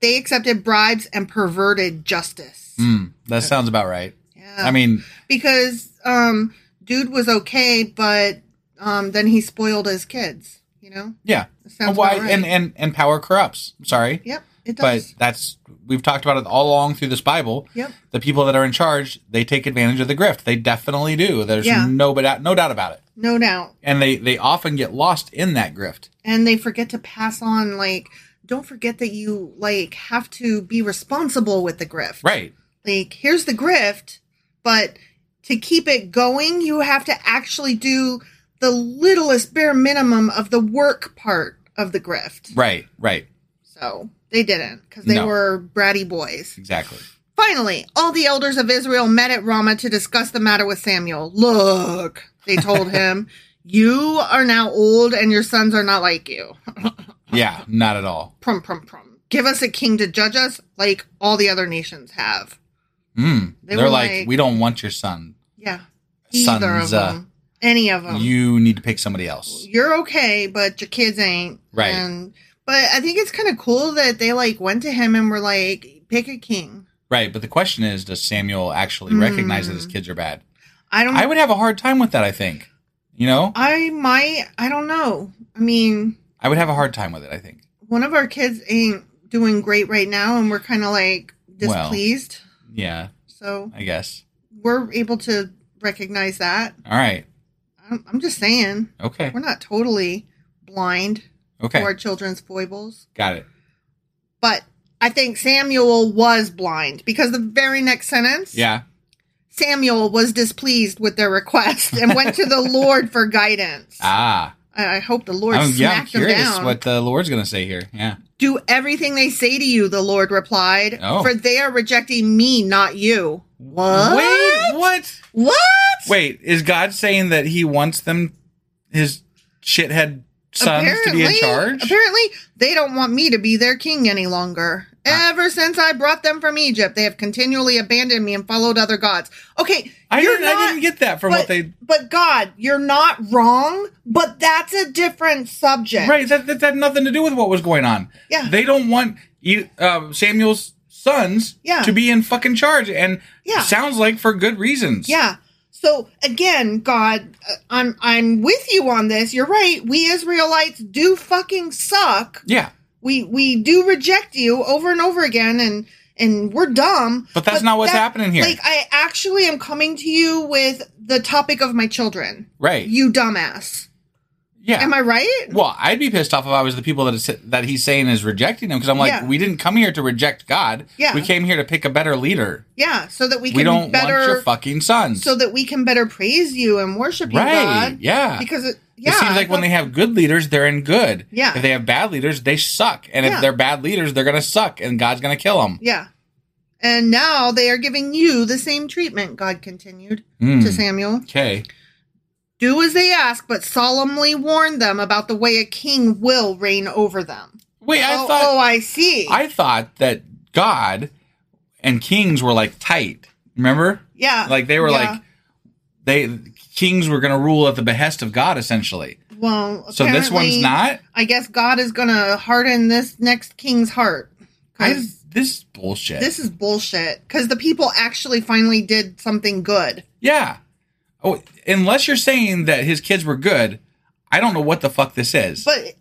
they accepted bribes and perverted justice. Hmm. that sounds about right. Yeah I mean, because um dude was okay but um then he spoiled his kids you know yeah. Sounds Why? about right. And and and power corrupts. I'm Sorry. yep it But does that's we've talked about it all along through this Bible. Yep. The people that are in charge, they take advantage of the grift. They definitely do. There's Yeah. no but no doubt about it. no doubt And they they often get lost in that grift. and they forget to pass on like don't forget that you like have to be responsible with the grift Right. like here's the grift but to keep it going you have to actually do the littlest bare minimum of the work part of the grift Right. Right. so they didn't because they No. were bratty boys Exactly. Finally, all the elders of Israel met at Ramah to discuss the matter with Samuel. Look, they told him, you are now old and your sons are not like you. Yeah. Not at all. Prum, prum, prum. Give us a king to judge us like all the other nations have. Mm. They They are were like, like- we don't want your son. Yeah. Sons, Either of uh, them. Any of them. you need to pick somebody else. You're okay, but your kids ain't. Right. And, but I think it's kind of cool that they like went to him and were like, pick a king. Right. But the question is, does Samuel actually recognize that Mm. his kids are bad? I don't. I would have a hard time with that, I think. You know? I might. I don't know. I mean, I would have a hard time with it, I think. one of our kids ain't doing great right now and we're kind of like Well. displeased Yeah, so I guess. we're able to recognize that All right. i'm, I'm just saying Okay. we're not totally blind Okay. to our children's foibles Got it. but i think samuel was blind because the very next sentence Yeah. samuel was displeased with their request and went to the lord for guidance Ah. I, I hope the lord I'm, yeah, I'm smacked him curious down what the Lord's going to say here. Yeah. Do everything they say to you, the Lord replied, Oh. for they are rejecting me, not you. What? Wait, what? What? Wait, is God saying that he wants them, his shithead sons, to be in charge? Apparently, they don't want me to be their king any longer. Ah. Ever since I brought them from Egypt, they have continually abandoned me and followed other gods. Okay, I you're didn't, I didn't get that from but, what they But God, you're not wrong. But that's a different subject. Right. That, that, that had nothing to do with what was going on. Yeah. They don't want you, uh, Samuel's sons Yeah. to be in fucking charge. And Yeah. sounds like for good reasons. Yeah. So again, God, uh, I'm I'm with you on this. You're right. We Israelites do fucking suck. Yeah. We we do reject you over and over again and and we're dumb. But that's not what's happening here. Like I actually am coming to you with the topic of my children. Right. You dumbass. yeah. Am I right? Well, I'd be pissed off if I was the people that is, that he's saying is rejecting him because I'm like, Yeah. we didn't come here to reject God. Yeah. We came here to pick a better leader. Yeah. So that we can We don't better want your fucking sons. so that we can better praise you and worship you, Right, God. yeah. Because it, yeah, it seems I like when thought- they have good leaders, they're in good. Yeah. If they have bad leaders, they suck. And Yeah. if they're bad leaders, they're going to suck and God's going to kill them. yeah. And now they are giving you the same treatment. God continued Hmm. to Samuel. Okay. Do as they ask, but solemnly warn them about the way a king will reign over them. Wait, I oh, thought oh, I see. I thought that God and kings were like tight. Remember? yeah, Like they were yeah. like they kings were going to rule at the behest of God essentially. Well, So this apparently, one's not? I guess God is gonna harden this next king's heart. I, 'Cause this is bullshit. this is bullshit. Because the people actually finally did something good. yeah. Oh, unless you're saying that his kids were good, I don't know what the fuck this is. But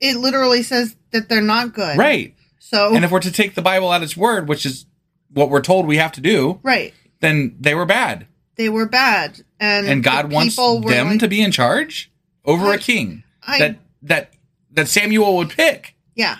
it literally says that they're not good. right. So And if we're to take the Bible at its word, which is what we're told we have to do, right, then they were bad. they were bad, and And God the wants people them were like- to be in charge over I- a king I- that that that Samuel would pick. Yeah.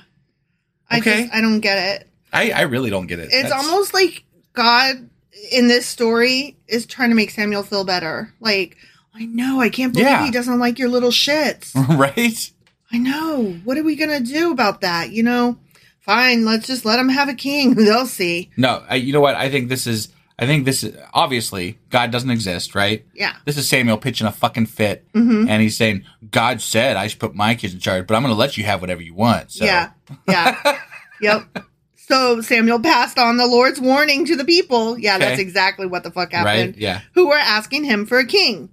I Okay. just I don't get it. I, I really don't get it. It's That's- almost like God in this story is trying to make Samuel feel better. Like, I know, I can't believe Yeah. Uh-huh. he doesn't like your little shits. right. I know. What are we gonna do about that? You know? Fine, let's just let him have a king. They'll see. No, I, you know what? I think this is. I think this is obviously God doesn't exist, right? Yeah. Mm-hmm. This is Samuel pitching a fucking fit, and he's saying, "God said I should put my kids in charge, but I'm going to let you have whatever you want." So. Yeah. Yeah. yep. So Samuel passed on the Lord's warning to the people. Yeah, that's Okay. exactly what the fuck happened. Right, yeah. Who were asking him for a king.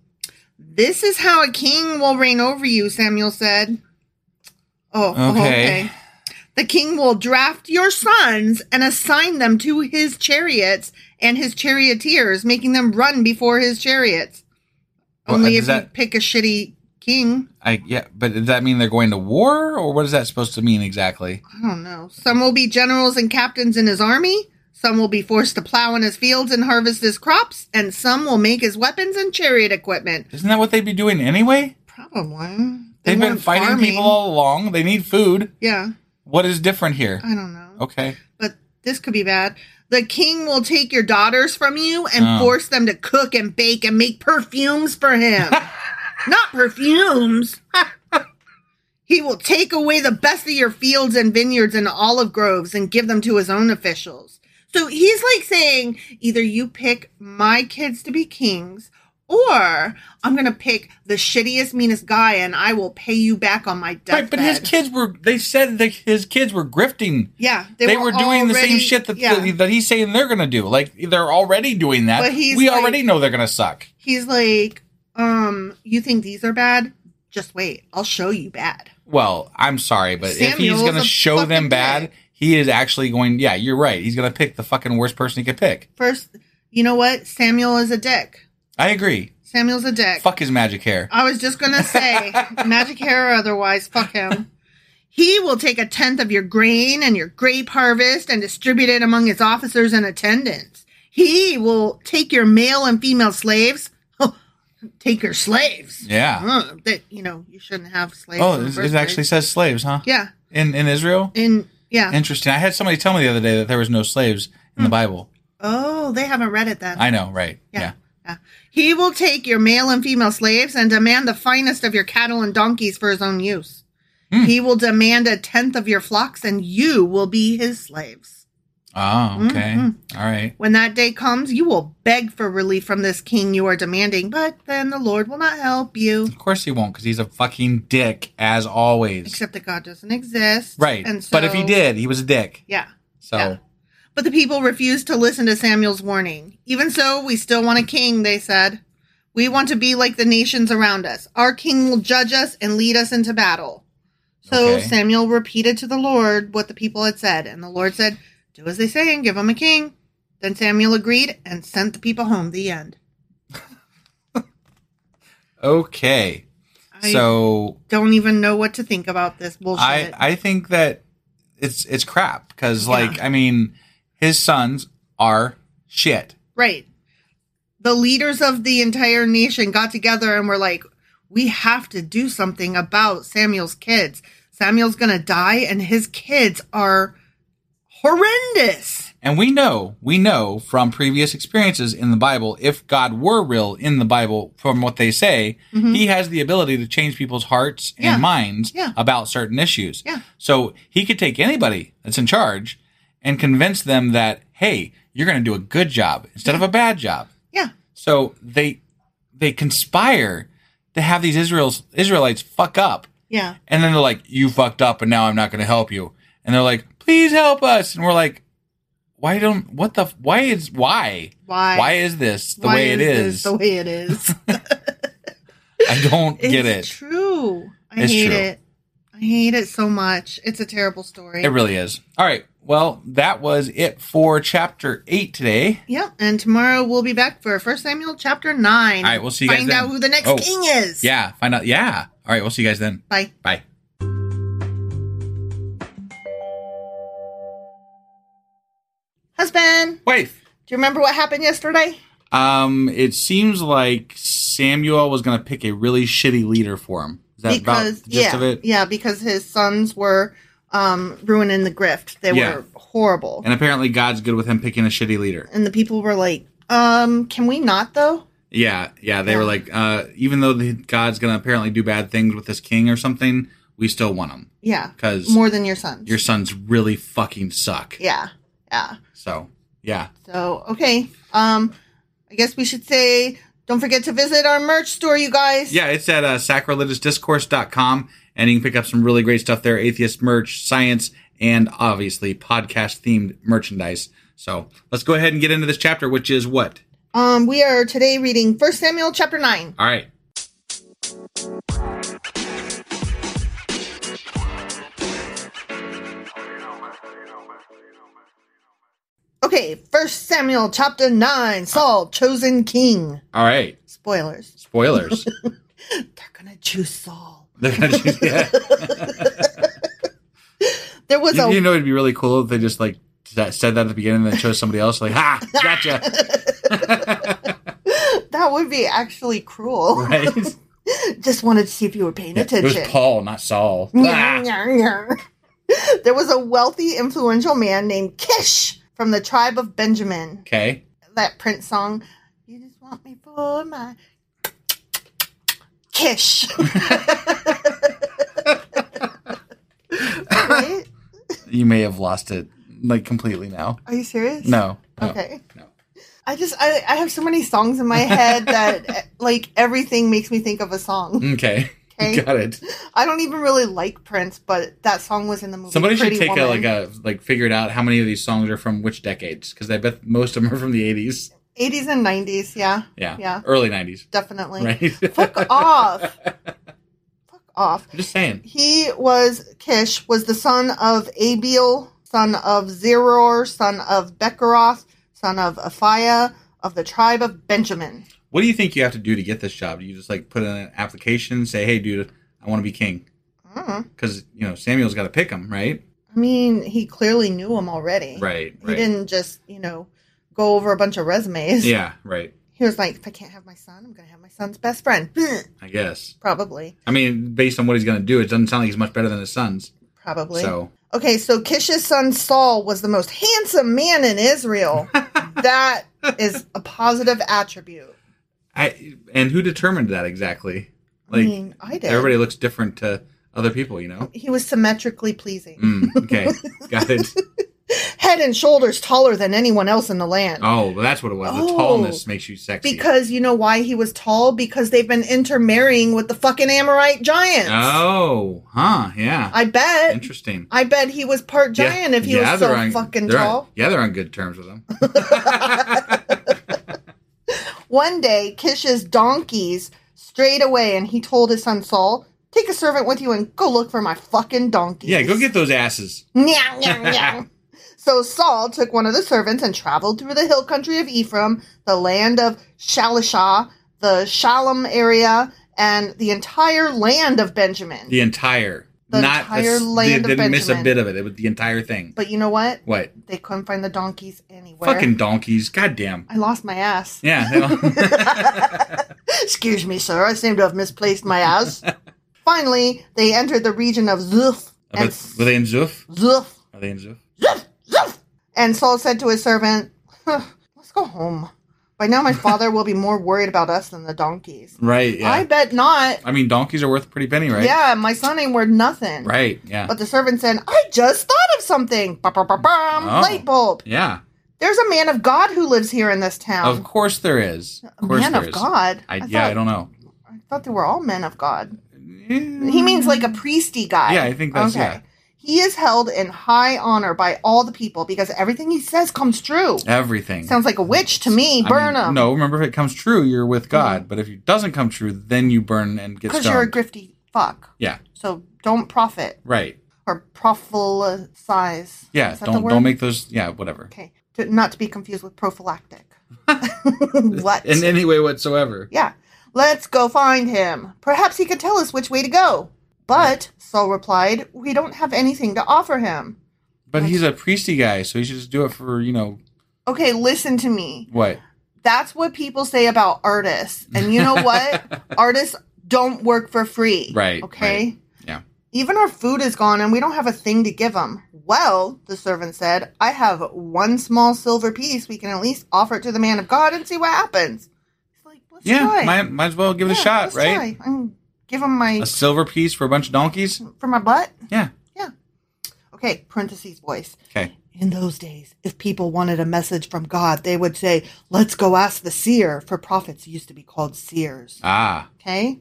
This is how a king will reign over you, Samuel said. Oh, oh, okay. Okay. The king will draft your sons and assign them to his chariots and his charioteers, making them run before his chariots. Well, uh, Only if does you that- pick a shitty king. I yeah, but does that mean they're going to war, or what is that supposed to mean exactly? I don't know. Some will be generals and captains in his army. Some will be forced to plow in his fields and harvest his crops, and some will make his weapons and chariot equipment. Isn't that what they'd be doing anyway? Probably. They've been weren't fighting farming. people all along. They need food. Yeah, What is different here? I don't know. Okay. But this could be bad. The king will take your daughters from you and Oh. force them to cook and bake and make perfumes for him. Not perfumes. he will take away the best of your fields and vineyards and olive groves and give them to his own officials. So he's like saying either you pick my kids to be kings or I'm going to pick the shittiest, meanest guy and I will pay you back on my deathbed. Right, but his kids were. They said that his kids were grifting. Yeah, they, were, doing the same already- shit that yeah. that he's saying they're gonna do. Like they're already doing that. But he's we like- already know they're gonna suck. he's like, um, you think these are bad? Just wait, I'll show you bad. Well, I'm sorry, but if he's Samuel's gonna a show fucking them bad, dick. he is actually going. Yeah, you're right. He's gonna pick the fucking worst person he could pick. First, you know what? Samuel is a dick. I agree. Samuel's a dick. Fuck his magic hair. I was just gonna say, magic hair or otherwise, fuck him. He will take a tenth of your grain and your grape harvest and distribute it among his officers and attendants. He will take your male and female slaves. take your slaves. Yeah. Uh, that you know you shouldn't have slaves. in Oh, the it, first it actually place. says slaves, huh? yeah. In in Israel. In yeah. Interesting. I had somebody tell me the other day that there was no slaves in the Bible. Oh, they haven't read it then. I know, right? Yeah. Yeah. Yeah. He will take your male and female slaves and demand the finest of your cattle and donkeys for his own use. Hmm. He will demand a tenth of your flocks, and you will be his slaves. Oh, okay. Mm-hmm. All right. When that day comes, you will beg for relief from this king you are demanding, but then the Lord will not help you. Of course he won't, because he's a fucking dick as always. Except that God doesn't exist. Right. And so, but if he did, he was a dick. Yeah. So Yeah. But the people refused to listen to Samuel's warning. Even so, we still want a king, they said. We want to be like the nations around us. Our king will judge us and lead us into battle. So Okay. Samuel repeated to the Lord what the people had said, and the Lord said, Do as they say and give them a king. Then Samuel agreed and sent the people home. The end. okay. I so don't even know what to think about this bullshit. I I think that it's it's crap because like I mean his sons are shit. Right. The leaders of the entire nation got together and were like, we have to do something about Samuel's kids. Samuel's going to die, and his kids are horrendous. And we know, we know from previous experiences in the Bible, if God were real in the Bible, from what they say, he has the ability to change people's hearts and Mm-hmm. Yeah. minds Yeah. about certain issues. Yeah. So he could take anybody that's in charge and convince them that, hey, you're going to do a good job instead of a bad job. Yeah. So they they conspire to have these Israel's Israelites fuck up. Yeah. And then they're like, "You fucked up, and now I'm not going to help you." And they're like, "Please help us." And we're like, "Why don't? What the? f- Why is why? Why? Why is this the Why way it this is? The way it is. I don't it's get it. true. I It's hate true. it. I hate it so much. It's a terrible story. It really is. All right. Well, that was it for chapter eight today. Yep, and tomorrow we'll be back for First Samuel chapter nine. All right, we'll see you guys Find then. out who the next Oh, king is. Yeah. Find out. Yeah. All right. We'll see you guys then. Bye. Bye. Husband, Wife. do you remember what happened yesterday? Um, it seems like Samuel was going to pick a really shitty leader for him. Is that because about the gist yeah, of it? yeah, because his sons were um, ruining the grift. They Yeah. were horrible, And apparently, God's good with him picking a shitty leader. and the people were like, "Um, can we not though?" Yeah, yeah. They were like, uh, even though the, God's going to apparently do bad things with this king or something, we still want him Yeah, because more than your sons. your sons really fucking suck. yeah, yeah. So, yeah. So okay, um, I guess we should say, don't forget to visit our merch store, you guys. Yeah, it's at uh, sacrilegiousdiscourse.com, and you can pick up some really great stuff there atheist merch, science, and obviously podcast themed merchandise. So, let's go ahead and get into this chapter, which is what? Um, we are today reading First Samuel chapter nine. All right. Okay, First Samuel chapter nine. Saul chosen king. All right. Spoilers. Spoilers. They're gonna choose Saul. They're gonna just- yeah. There was you, a you know, it'd be really cool if they just like that, said that at the beginning and then chose somebody else. Like, ha, gotcha. that would be actually cruel. Right? Just wanted to see if you were paying It was attention. Paul, not Saul. Ah. there was a wealthy, influential man named Kish from the tribe of Benjamin. Okay. That Prince song, "You Just Want Me for My Kish." right? You may have lost it like completely now. Are you serious? No. no. Okay. no. I just I, I have so many songs in my head that eh, like everything makes me think of a song. Okay. Okay. Got it. I don't even really like Prince, but that song was in the movie. Somebody should Pretty take a like Woman. a like figured out how many of these songs are from which decades because I bet most of them are from the eighties. 80s and 90s, yeah. Yeah. Yeah. Early nineties. Definitely. Right. Fuck off. Fuck off. Just saying. He was Kish was the son of Abiel, son of Zeror, son of Bekaroth, son of Aphiah of the tribe of Benjamin. What do you think you have to do to get this job? Do you just like put in an application and say, "Hey, dude, I want to be king"? Mm-hmm. Because you know Samuel's got to pick him, right? I mean, he clearly knew him already. Right, He right. didn't just, you know, go over a bunch of resumes. Yeah, right. He was like, if I can't have my son, I'm going to have my son's best friend. I guess. probably. I mean, based on what he's going to do, it doesn't sound like he's much better than his sons. Probably. So Okay, so Kish's son Saul was the most handsome man in Israel. that is a positive attribute. I and who determined that exactly? Like mean, I did. everybody looks different to other people, you know. He was symmetrically pleasing, Mm, okay, got it. head and shoulders taller than anyone else in the land. Oh, well, that's what it was. The Oh. tallness makes you sexy. Because you know why he was tall? Because they've been intermarrying with the fucking Amorite giants. oh, huh? Yeah, I bet. interesting. I bet he was part giant if he was so they're on- fucking they're on- tall. yeah, they're on good terms with him. One day, Kish's donkeys strayed away, and he told his son Saul, "Take a servant with you and go look for my fucking donkeys." yeah, go get those asses. Meow, meow, meow. so Saul took one of the servants and traveled through the hill country of Ephraim, the land of Shalishah, the Shalom area, and the entire land of Benjamin. The entire. the not a, entire s- they land didn't of Benjamin. miss a bit of it. It was the entire thing. But you know what? what? They couldn't find the donkeys anywhere. Fucking donkeys. Goddamn. I lost my ass. Yeah. they all- Excuse me, sir. I seem to have misplaced my ass. Finally, they entered the region of Zuf and But were they in Zuf? Zuf, Are they in Zuf? Zuf, Zuf. And Saul said to his servant, "Huh, "Let's go home. By now, my father will be more worried about us than the donkeys. Right. Yeah. I I, bet not. mean, donkeys are worth a pretty penny, right? Yeah, my son ain't worth nothing. Right. Yeah. But the servant said, "I just thought of something. Ba ba ba bum. Oh. Light bulb. yeah. There's a man of God who lives here in this town. Of course there is. Of course um, man there of is. God? I, I yeah, I thought- don't know. I thought they were all men of God. He means like a priesty guy. Mm. Yeah, I think that's- yeah. He is held in high honor by all the people because everything he says comes true. Everything. Sounds like a witch to me. I burn mean, him. No, remember if it comes true, you're with God. But if it doesn't come true, then you burn and get Because stoned. you're a grifty fuck. yeah. So don't profit Right. or prophesize. Yeah. Is that the Don't word? don't make those. Yeah. Whatever. Okay. To- Not to be confused with prophylactic. what? In any way whatsoever. Yeah. Let's go find him. Perhaps he could tell us which way to go. But, Saul replied, we don't have anything to offer him. But he's a priesty guy, so he should just do it for you know Okay, listen to me. what. That's what people say about artists. And you know what? artists don't work for free. Right, Okay. right. Yeah. Even our food is gone and we don't have a thing to give him. Well, the servant said, I have one small silver piece. We can at least offer it to the man of God and see what happens. He's like, let's Yeah. try. Might, might as well give it Yeah, a shot, let's right? try. I'm- give him my, A silver piece for a bunch of donkeys. for my butt. Yeah. Okay, parentheses voice. Okay. In those days, if people wanted a message from God, they would say, Let's go ask the seer, for prophets used to be called seers. Ah. Okay?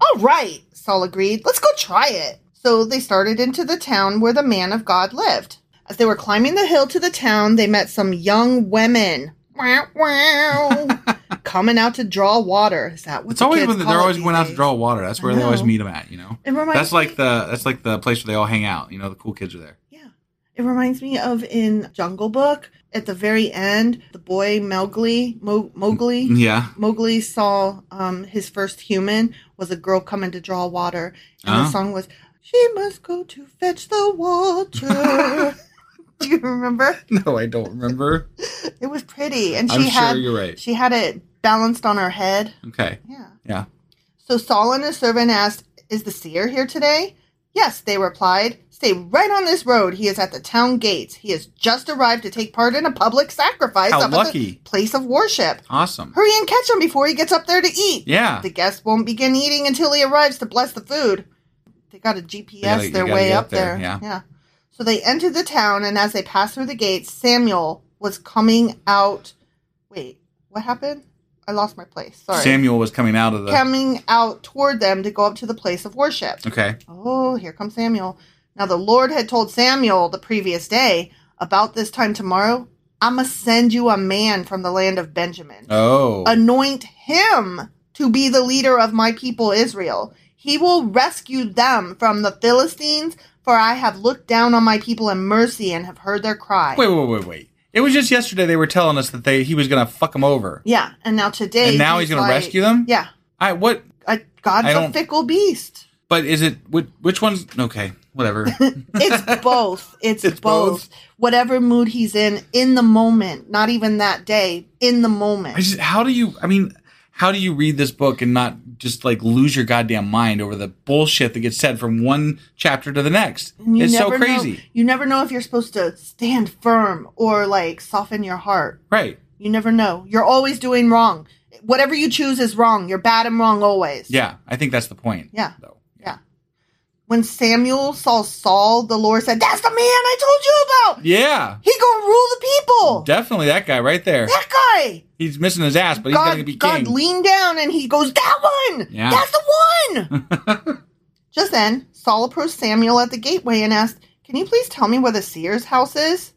All right, Saul agreed. Let's go try it. So they started into the town where the man of God lived. As they were climbing the hill to the town, they met some young women. Wow, wow. coming out to draw water. Is that what It's the always kids when they- call they're it always these went out to days? draw water. That's where I they always know. meet them at. You know, It reminds that's like me- the that's like the place where they all hang out. You know, the cool kids are there. Yeah. It reminds me of in Jungle Book, at the very end, the boy Mowgli, Mo- Mowgli, Yeah, Mowgli saw um, his first human was a girl coming to draw water. And Oh. the song was, She must go to fetch the water. Do you remember? no, I don't remember. It was pretty. And she I'm sure had you're right. she had it balanced on her head. Okay, Yeah. yeah, So Saul and his servant asked, Is the seer here today? Yes, they replied. Stay right on this road. He is at the town gates. He has just arrived to take part in a public sacrifice How up at the lucky. place of worship. awesome. Hurry and catch him before he gets up there to eat. Yeah, The guest won't begin eating until he arrives to bless the food. They got a GPS gotta- you their gotta way get up up there, there. yeah. So they entered the town, and as they passed through the gates, Samuel was coming out. Wait, what happened? I lost my place. Sorry. Samuel was coming out of the. Coming out toward them to go up to the place of worship. okay, Oh, here comes Samuel. Now the Lord had told Samuel the previous day, about this time tomorrow, I must send you a man from the land of Benjamin oh, anoint him to be the leader of my people Israel. He will rescue them from the Philistines, for I have looked down on my people in mercy and have heard their cry. wait, wait, wait, wait. It was just yesterday they were telling us that they he was gonna fuck them over. Yeah, and now today. And now he's gonna rescue them? Yeah. I what? I, God's I a don't- fickle beast. But is it which, which one's okay? Whatever. It's both. It's, It's both. both. Whatever mood he's in, in the moment, not even that day, in the moment. I just, how do you? I mean, how do you read this book and not just like lose your goddamn mind over the bullshit that gets said from one chapter to the next? You It's so never know- crazy, you never know if you're supposed to stand firm or like soften your heart. right? You never know. You're always doing wrong. Whatever you choose is wrong. You're bad and wrong always. Yeah, I think that's the point. Yeah. Though. Yeah. When Samuel saw Saul, the Lord said, That's the man I told you about. Yeah, He gonna rule the people. definitely that guy right there. that guy. He's missing his ass, but he's gonna be God, king. God leaned down and he goes, That one! Yeah. That's the one! Just then, Saul approached Samuel at the gateway and asked, Can you please tell me where the seer's house is?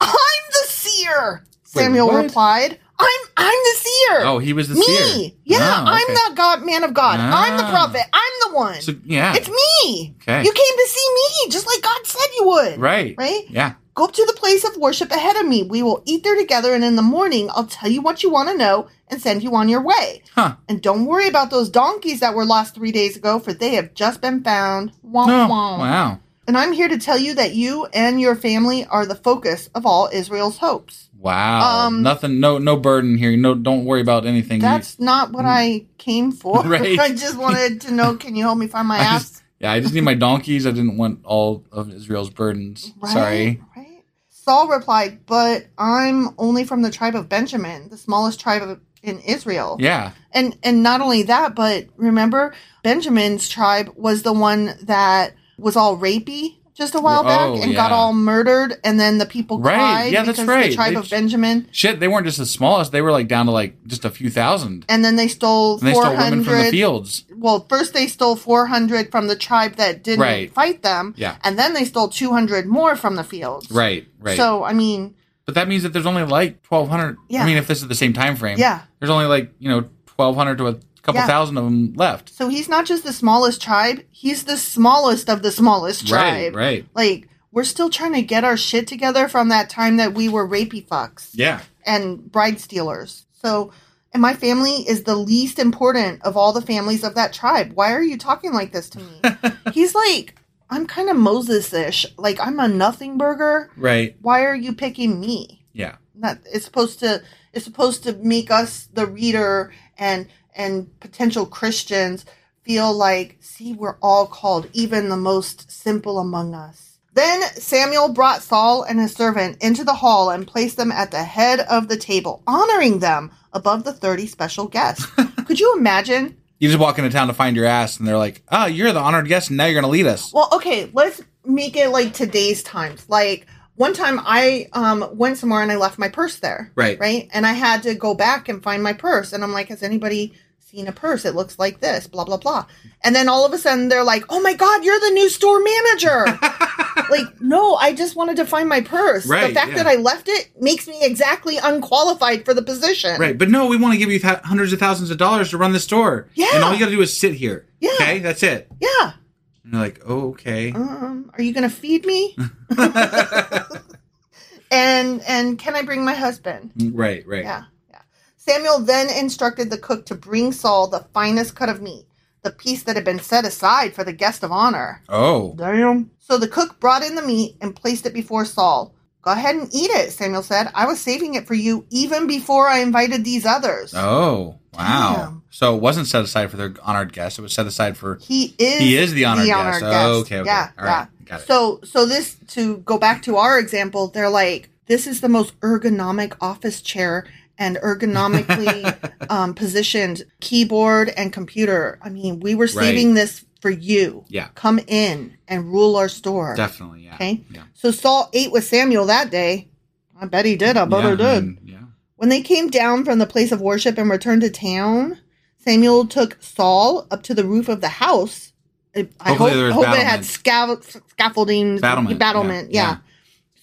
I'm the seer! Samuel what? replied, I'm I'm the seer. Oh, he was the me. seer. Yeah, Oh, okay. I'm the God man of God. I'm the Ah. prophet. I'm the one. So yeah, It's me. Okay. You came to see me, just like God said you would. right, Right? Yeah, Go up to the place of worship ahead of me. We will eat there together, and in the morning, I'll tell you what you want to know and send you on your way. Huh. And don't worry about those donkeys that were lost three days ago, for they have just been found. Womp Oh, womp. wow. And I'm here to tell you that you and your family are the focus of all Israel's hopes. Wow. Nothing no no burden here. No don't worry about anything. You- Um, That's not what I came for. Mm. Right. I just wanted to know can you help me find my I ass? just, yeah, I just need my donkeys. I didn't want all of Israel's burdens. Right, Sorry. Right. Saul replied, But I'm only from the tribe of Benjamin, the smallest tribe of, in Israel. Yeah. And and not only that, but remember Benjamin's tribe was the one that was all rapey just a while Oh, back and got yeah. all murdered and then the people Right. cried Yeah, that's because right. the tribe They of ch- Benjamin Shit, they weren't just the smallest. They were like down to like just a few thousand. and then they stole And they four stole women from the hundred fields. well, first they stole 400 from the tribe that didn't Right. fight them. Yeah. And then they stole 200 more from the fields. Right, right. So, I mean, but that means that there's only like 1200. Yeah. I mean, if this is the same time frame. Yeah. There's only like, you know, 1200 to a couple Yeah. thousand of them left. so he's not just the smallest tribe, he's the smallest of the smallest Right, tribe. right. Like, we're still trying to get our shit together from that time that we were rapey fucks Yeah. and bride stealers. So, and my family is the least important of all the families of that tribe. Why are you talking like this to me? he's like, I'm kind of Moses ish. Like, I'm a nothing burger. Right. why are you picking me Yeah. Not, it's supposed to it's supposed to make us the reader and and potential christians feel like see we're all called even the most simple among us then samuel brought saul and his servant into the hall and placed them at the head of the table honoring them above the 30 special guests could you imagine You just walk into town to find your ass, and they're like, oh, you're the honored guest, and now you're going to lead us. Well, okay, let's make it like today's times. Like one time I um went somewhere and I left my purse there. Right. Right. And I had to go back and find my purse. And I'm like, has anybody seen a purse? It looks like this, blah, blah, blah. And then all of a sudden they're like, Oh my god, you're the new store manager. like, no, I just wanted to find my purse. Right, the fact yeah. that I left it makes me exactly unqualified for the position. Right, but no, we want to give you th- hundreds of thousands of dollars to run the store. Yeah. And all you got to do is sit here. Yeah. Okay, that's it. Yeah. And you're like, oh, okay. um, are you going to feed me? and and can I bring my husband? Right, right. Yeah, yeah. Samuel then instructed the cook to bring Saul the finest cut of meat, the piece that had been set aside for the guest of honor. Oh. Damn. So the cook brought in the meat and placed it before Saul. Go ahead and eat it, Samuel said. I was saving it for you even before I invited these others. Oh, wow. Damn. So it wasn't set aside for their honored guest. It was set aside for. He is He is the honored guest. Oh, okay, okay. Yeah, All yeah. right. Got it. So so this to go back to our example, they're like, this is the most ergonomic office chair and ergonomically um, positioned keyboard and computer. I mean, we were saving Right. this for you. Yeah. Come in and rule our store. Definitely, yeah. Okay. Yeah. So Saul ate with Samuel that day. I bet he did. I bet yeah, he I did. mean, yeah. When they came down from the place of worship and returned to town, Samuel took Saul up to the roof of the house. I I Hopefully hope, there was hope it had battlement. scav- scaffolding, Battlement, yeah. yeah, yeah.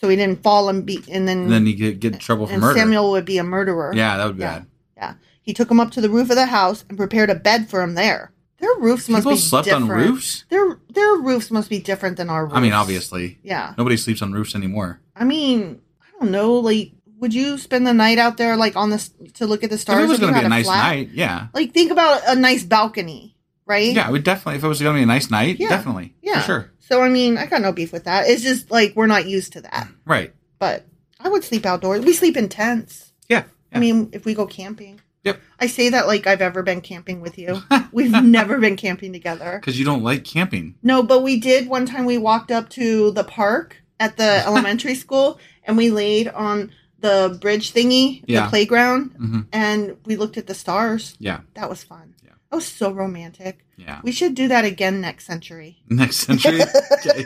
So he didn't fall and be, and then, And then you get, get in trouble for and murder. Samuel would be a murderer. yeah, that would be yeah, bad. yeah. He took him up to the roof of the house and prepared a bed for him there. Their roofs must People be slept on different. roofs? Their their roofs must be different than our roofs. I mean, obviously. Yeah. Nobody sleeps on roofs anymore. I mean, I don't know. Like, would you spend the night out there, like on this, to look at the If stars? it was if you going to be had a nice flat? night, yeah. Like, think about a nice balcony, right? Yeah, we definitely. If it was going to be a nice night, Yeah. definitely. yeah. For sure. So, I mean, I got no beef with that. It's just like we're not used to that. Right. But I would sleep outdoors. We sleep in tents. Yeah. I mean, if we go camping, Yep. I say that like I've ever been camping with you. We've never been camping together. Because you don't like camping. No, but we did one time. We walked up to the park at the elementary school, and we laid on the bridge thingy, Yeah. Mm-hmm. the playground, and we looked at the stars. Yeah. That was fun. Yeah. That was so romantic. Yeah. We should do that again next century. Next century. Okay.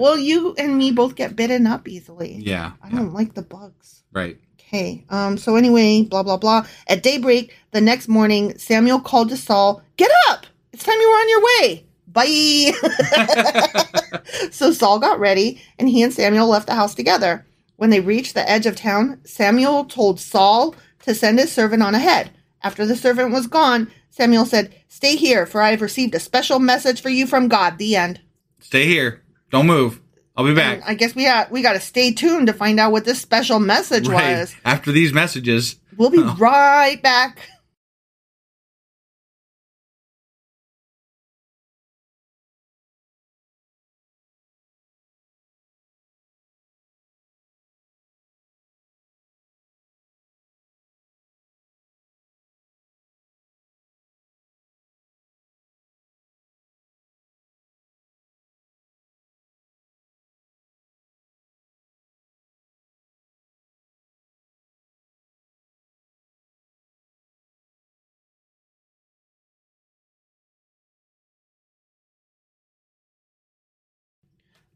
well, you and me both get bitten up easily. Yeah. I yeah. don't like the bugs. Right. Okay. Um. So anyway, blah blah blah. At daybreak the next morning, Samuel called to Saul, "Get up! It's time you were on your way. Bye." so Saul got ready, and he and Samuel left the house together. When they reached the edge of town, Samuel told Saul to send his servant on ahead. After the servant was gone, Samuel said, "Stay here, for I have received a special message for you from God." The end. Stay here. Don't move. I'll be back. I guess we got we got to stay tuned to find out what this special message was. Right after these messages. We'll be right back.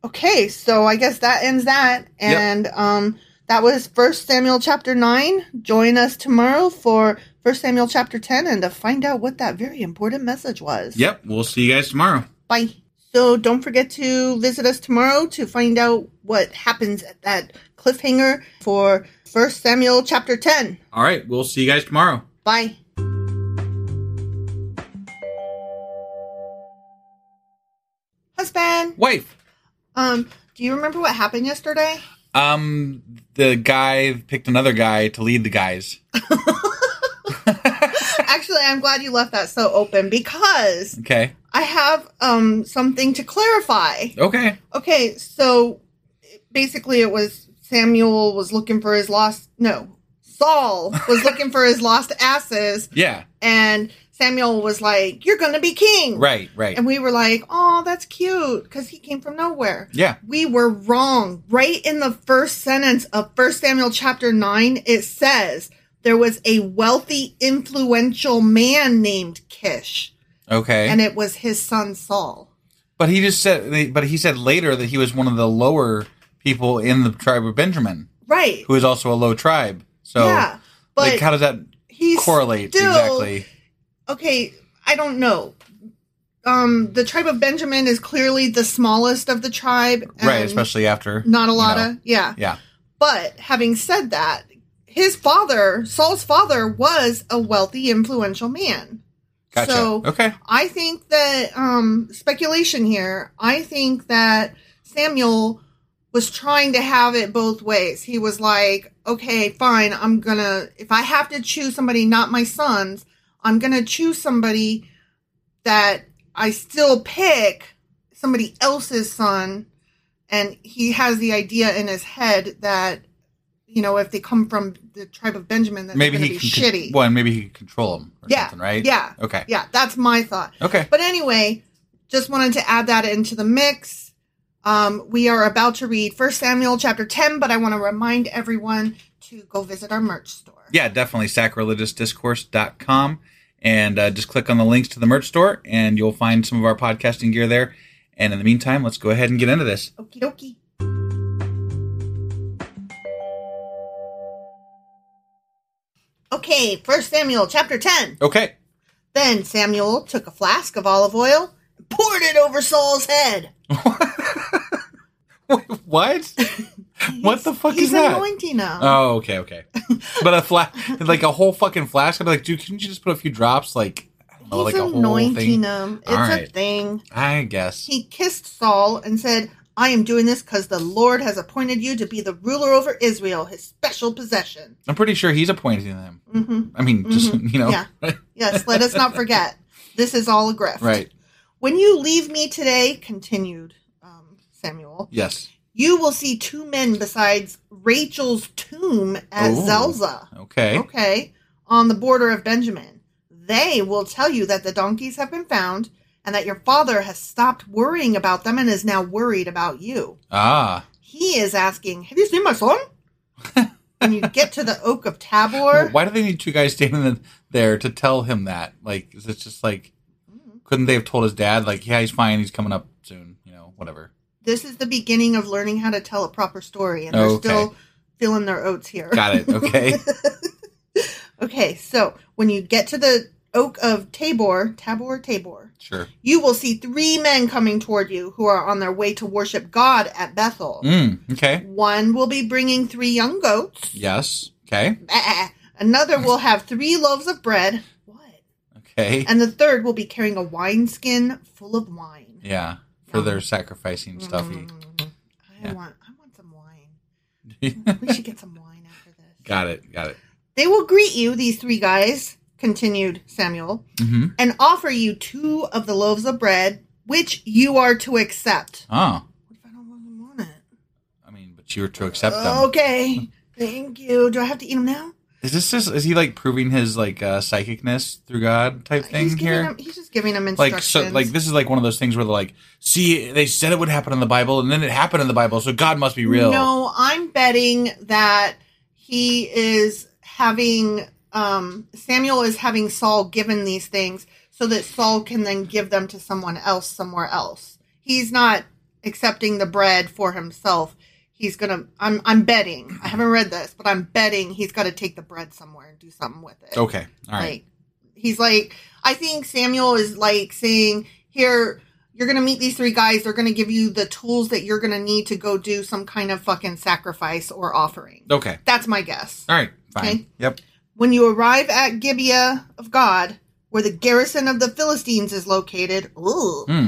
Okay, so I guess that ends that. And um that was first Samuel chapter nine. Join us tomorrow for first Samuel chapter ten and to find out what that very important message was. Yep, we'll see you guys tomorrow. Bye. So don't forget to visit us tomorrow to find out what happens at that cliffhanger for first Samuel chapter ten. All right, we'll see you guys tomorrow. Bye. Husband, Wife. um, do you remember what happened yesterday? Um, the guy picked another guy to lead the guys. Actually, I'm glad you left that so open because Okay. I have um something to clarify. Okay. Okay, so basically it was Samuel was looking for his lost no, Saul was looking for his lost asses Yeah. and Samuel was like, "You're going to be king." Right. Right. And we were like, "Oh, that's cute cuz he came from nowhere." Yeah. We were wrong. Right in the first sentence of 1 Samuel chapter 9, it says there was a wealthy, influential man named Kish, Okay. and it was his son Saul. but he just said. But he said later that he was one of the lower people in the tribe of Benjamin, Right. who is also a low tribe. So, yeah. But like, how does that he's correlate still- exactly? Okay, I don't know. Um, the tribe of Benjamin is clearly the smallest of the tribe. Right. and Especially after um, Not a lot you know. of, yeah. Yeah. But having said that, his father, Saul's father, was a wealthy, influential man. Gotcha. So okay. I think that um, speculation here. I think that Samuel was trying to have it both ways. He was like, "Okay, fine. I'm gonna if I have to choose somebody, not my sons, I'm gonna choose somebody that I still pick somebody else's son." And he has the idea in his head that you know if they come from the tribe of Benjamin, that's Maybe gonna he can. be shitty. Con- well, maybe he can control him. Or Yeah, Something, right. yeah, Okay. Yeah. That's my thought. Okay. But anyway, just wanted to add that into the mix. Um, we are about to read First Samuel chapter 10, but I want to remind everyone to go visit our merch store. Yeah, definitely sacrilegiousdiscourse.com. And uh, just click on the links to the merch store, and you'll find some of our podcasting gear there. And in the meantime, let's go ahead and get into this. Okie dokie. Okay, First Samuel chapter 10. Okay. Then Samuel took a flask of olive oil and poured it over Saul's head. Wait, what? what the fuck He's is that? anointing him. Oh, okay, okay. But a fla- like a whole fucking flask. I'd be like, dude, couldn't you just put a few drops? Like, I don't know, He's like a whole anointing thing. him. It's All a right. thing. I guess. He kissed Saul and said, I am doing this because the Lord has appointed you to be the ruler over Israel, his special possession. I'm pretty sure he's appointing them. I mean, just you know, Mm-hmm. Yeah. Yes, let us not forget. This is all a grift. right? When you leave me today, continued um, Samuel, Yes. you will see two men besides Rachel's tomb at Ooh. Zelzah. Okay. Okay. On the border of Benjamin. They will tell you that the donkeys have been found and that your father has stopped worrying about them and is now worried about you. Ah. He is asking, Have you seen my son? when you get to the Oak of Tabor, Why do they need two guys standing in- there to tell him that? Like, is it just like, couldn't they have told his dad, like, yeah, he's fine, he's coming up soon, you know, whatever? this is the beginning of learning how to tell a proper story, and they're Okay. still feeling their oats here. Got it. Okay. Okay, so when you get to the Oak of Tabor, Tabor, Tabor, sure. you will see three men coming toward you who are on their way to worship God at Bethel. Mm, okay. One will be bringing three young goats. Yes. Okay. Ah, Another will have three loaves of bread. What? Okay. And the third will be carrying a wineskin full of wine. yeah. For their sacrificing stuffy. I I want I want some wine. we should get some wine after this. Got it. Got it. They will greet you, these three guys, continued Samuel, Mm-hmm. and offer you two of the loaves of bread, which you are to accept. Oh, What if I don't really want it? I mean, but you were to accept them. Oh. Okay. Thank you. Do I have to eat them now? Is this just? Is he like proving his like uh, psychicness through God type thing he's giving here? Them, he's just giving them like instructions. so like this is like one of those things where they're like see they said it would happen in the bible and then it happened in the bible so god must be real No, I'm betting that he is having um, Samuel is having Saul given these things so that Saul can then give them to someone else somewhere else. He's not accepting the bread for himself. He's gonna. I'm. I'm betting. I haven't read this, but I'm betting he's got to take the bread somewhere and do something with it. okay all right Like he's like I think Samuel is like saying, Here, you're gonna meet these three guys, they're gonna give you the tools that you're gonna need to go do some kind of fucking sacrifice or offering. okay That's my guess. all right fine Okay. yep When you arrive at Gibeah of God, where the garrison of the Philistines is located, ooh, Hmm.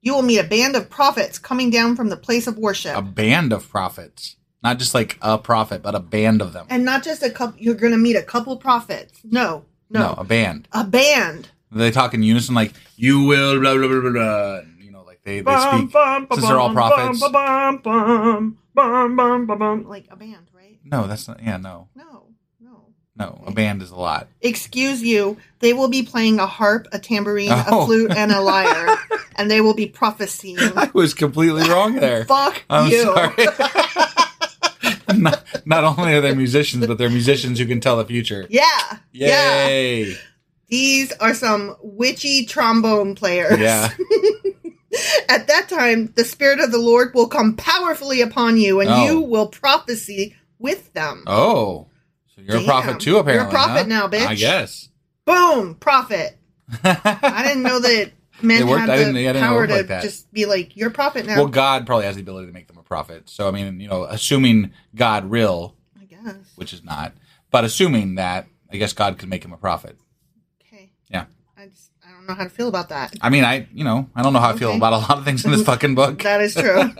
you will meet a band of prophets coming down from the place of worship. a band of prophets not just like a prophet but a band of them and not just a couple you're gonna meet a couple prophets. No, no. no a band a band. they talk in unison like you will blah blah blah blah, blah. you know like they, they speak since they're all prophets Like a band, right? no that's not yeah no No, no. no a band is a lot Excuse you, they will be playing a harp, a tambourine, Oh. a flute, and a lyre, and they will be prophesying. i was completely wrong there Fuck I'm you. sorry. not, not only are they musicians, but they're musicians who can tell the future. Yeah. Yeah. Yay! Yeah. These are some witchy trombone players. At that time, the Spirit of the Lord will come powerfully upon you, and Oh. you will prophesy with them. Oh, so you're a prophet Damn. too, apparently. You're a prophet huh? now, bitch. I guess. Boom! Prophet. I didn't know that men It worked. had I the didn't- yeah, I didn't know it power worked to like that. just be like, you're a prophet now. Well, God probably has the ability to make them a prophet. So I mean, you know, assuming God real, I guess. which is not, but assuming that, I guess God could make him a prophet. Okay. Yeah. I just I don't know how to feel about that. I mean, I you know, I don't know how I feel Okay. about a lot of things in this fucking book. That is true.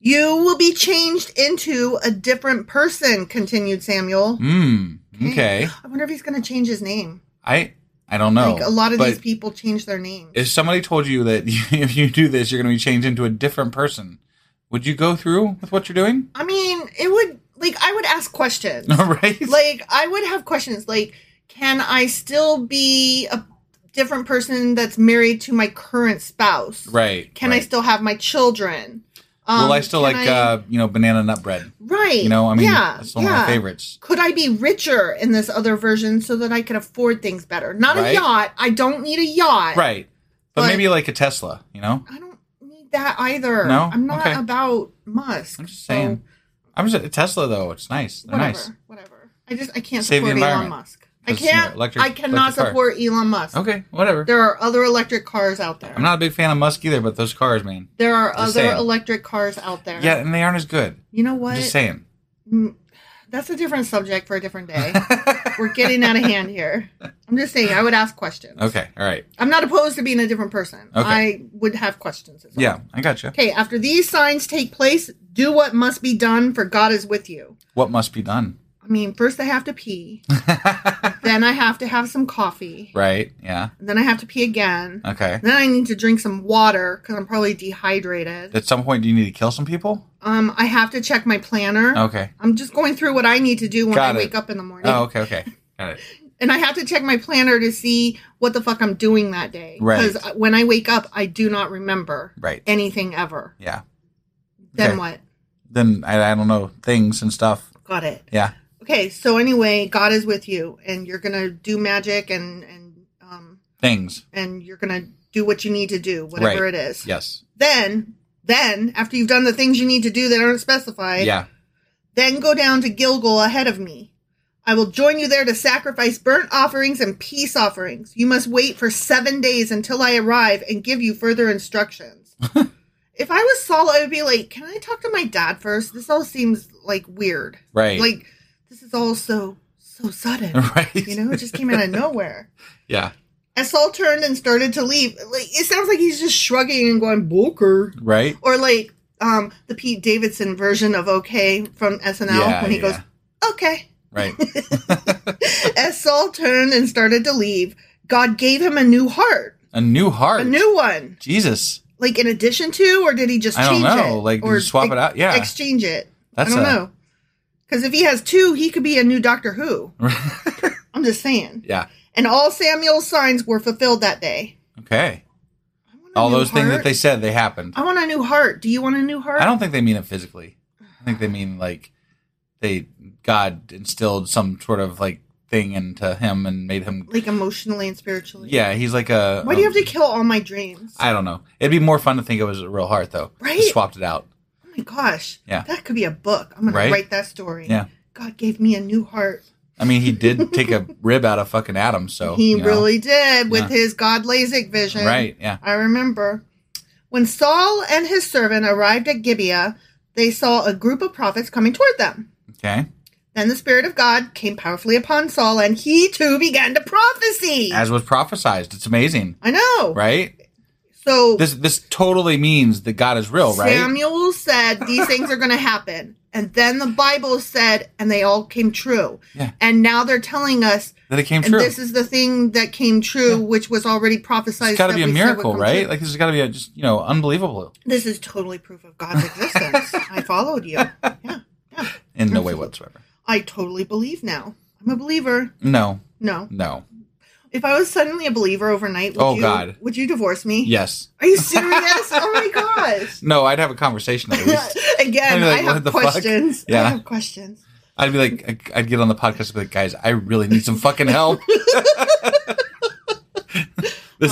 you will be changed into a different person, continued Samuel. Hmm. Okay. I wonder if he's going to change his name. I I don't know. like a lot of but- these people change their names. if somebody told you that if you do this, you're going to be changed into a different person, would you go through with what you're doing? I mean, it would like I would ask questions. right? like I would have questions like can I still be a different person that's married to my current spouse? right. Can I right. still have my children? Um, Will I still can like I- uh, you know banana nut bread? Right. You know, I mean, that's one of my favorites. Could I be richer in this other version so that I could afford things better? Not Right. a yacht. I don't need a yacht. Right. But, But- maybe like a Tesla, you know? I don't need that either. No? I'm not Okay. about Musk. I'm just saying. I'm just a Tesla though. It's nice. So, They're whatever. nice. Whatever. I just I can't Save the support Elon environment. Musk. I 'Cause, you know, can't. electric- I cannot electric car. support Elon Musk. Okay, whatever. There are other electric cars out there. I'm not a big fan of Musk either, but those cars, man. There are Just other saying. electric cars out there. Yeah, and they aren't as good. You know I'm what? just saying. That's a different subject for a different day. We're getting out of hand here. I'm just saying, I would ask questions. Okay, all right. I'm not opposed to being a different person. Okay. I would have questions as well. Yeah, I gotcha. Okay, after these signs take place, do what must be done, for God is with you. What must be done? I mean, first I have to pee. then I have to have some coffee. Right? Yeah. Then I have to pee again. Okay. Then I need to drink some water because I'm probably dehydrated. At some point, do you need to kill some people? Um, I have to check my planner. Okay. I'm just going through what I need to do when Got I it. wake up in the morning. Oh, okay, okay. Got it. and I have to check my planner to see what the fuck I'm doing that day. Right. Because when I wake up, I do not remember Right. anything ever. Yeah. Then Okay. what? Then I, I don't know things and stuff. Got it. Yeah. Okay. So anyway, God is with you, and you're gonna do magic, and and um, Things. and you're gonna do what you need to do, whatever Right. it is. Yes. Then, then after you've done the things you need to do that aren't specified, yeah. Then go down to Gilgal ahead of me. I will join you there to sacrifice burnt offerings and peace offerings. You must wait for seven days until I arrive and give you further instructions. if I was Saul, I would be like, Can I talk to my dad first? This all seems like weird. Right. Like, this is all so, so sudden. Right. You know, it just came out of nowhere. Yeah. As Saul turned and started to leave, like, it sounds like he's just shrugging and going, Booker. Right. Or like, um, the Pete Davidson version of "Okay" from SNL Yeah, when he yeah. goes, "Okay." Right. As Saul turned and started to leave, God gave him a new heart, a new heart. a new one. Jesus. Like in addition to, or did he just I don't change know. it? Like, did or he swap it out? Yeah. exchange it. That's I don't a- know. Because if he has two, he could be a new Doctor Who. I'm just saying. Yeah. And all Samuel's signs were fulfilled that day. Okay. I want a All new those things that heart. they said, they happened. I want a new heart. Do you want a new heart? I don't think they mean it physically. I think they mean like they God instilled some sort of like thing into him and made him. like emotionally and spiritually. Yeah, um, he's like a. Why do you have to kill all my dreams? I don't know. It'd be more fun to think it was a real heart though. Right? Just swapped it out. oh my gosh. Yeah. That could be a book. I'm gonna Right? write that story. Yeah. God gave me a new heart. I mean, he did take a rib out of fucking Adam, so he you know. really did with Yeah. his God LASIK vision. Right, yeah. I remember. When Saul and his servant arrived at Gibeah, they saw a group of prophets coming toward them. Okay. Then the Spirit of God came powerfully upon Saul, and he too began to prophesy. As was prophesized, it's amazing, I know. right? So This this totally means that God is real, right? Samuel said these things are going to happen. And then the Bible said, and they all came true. Yeah. And now they're telling us, that it came and true. this is the thing that came true, which was already prophesied. it's got to that be a we said would miracle, come right? true. Like this has got to be a just you know unbelievable. this is totally proof of God's existence. I followed you. Yeah. In no way whatsoever. I totally believe now. I'm a believer. No, No. no. If I was suddenly a believer overnight, would Oh, you, God. Would you divorce me? Yes. Are you serious? oh my gosh. No, I'd have a conversation at least. I'd Again, be like, I what have the fuck? questions. Yeah. I have questions. I'd be like, I'd get on the podcast and be like, guys, I really need some fucking help. this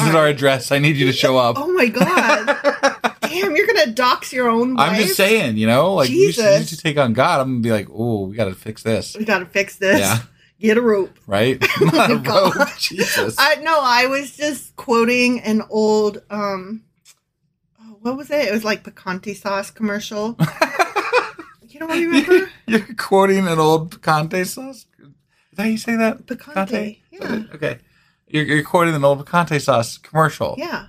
is our address. I need you to show up. Oh my god! Damn, you're gonna dox your own. Wife? I'm just saying, you know, like you should, you Jesus. should take on God. I'm gonna be like, oh, we gotta fix this, We gotta fix this. Yeah. Get a rope. right? Not a God. rope, Jesus. I no, I was just quoting an old um, oh, what was it? It was like picante sauce commercial. you don't remember You're quoting an old Picante sauce. Is that how you say that? Picante, yeah. Okay. You're, you're quoting an old Picante sauce commercial. Yeah.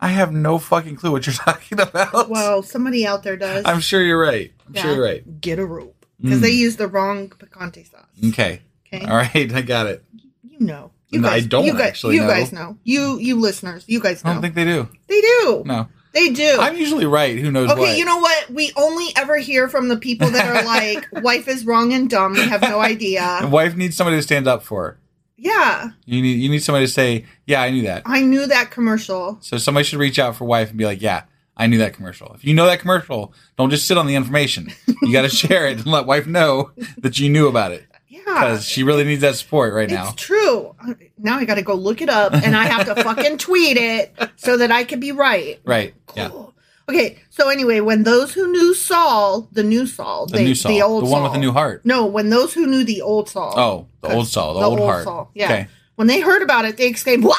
I have no fucking clue what you're talking about. Well, somebody out there does. I'm sure you're right. I'm Yeah. sure you're right. Mm. Get a rope because they use the wrong picante sauce. Okay. Okay. All right. I got it. You know. You No, I don't you guys, actually You know. guys know. You you listeners. You guys I know. don't think they do. they do. No. They do. I'm usually right. Who knows Okay, what? you know what? We only ever hear from the people that are like, wife is wrong and dumb. We have no My idea. wife needs somebody to stand up for her. Yeah, You need you need somebody to say, "Yeah, I knew that." I knew that commercial. So somebody should reach out for wife and be like, "Yeah, I knew that commercial." If you know that commercial, don't just sit on the information. You got to share it and let wife know that you knew about it Yeah, because she really needs that support right now. it's true. Now I got to go look it up and I have to fucking tweet it so that I can be right. Right? Yeah. Cool. Okay, so anyway, when those who knew Saul, the new Saul, The new Saul, the old the one with Saul- the new heart. No, when those who knew the old Saul. Oh, the old Saul, the, old, heart. Saul. Yeah. Okay. When they heard about it, they exclaimed, "What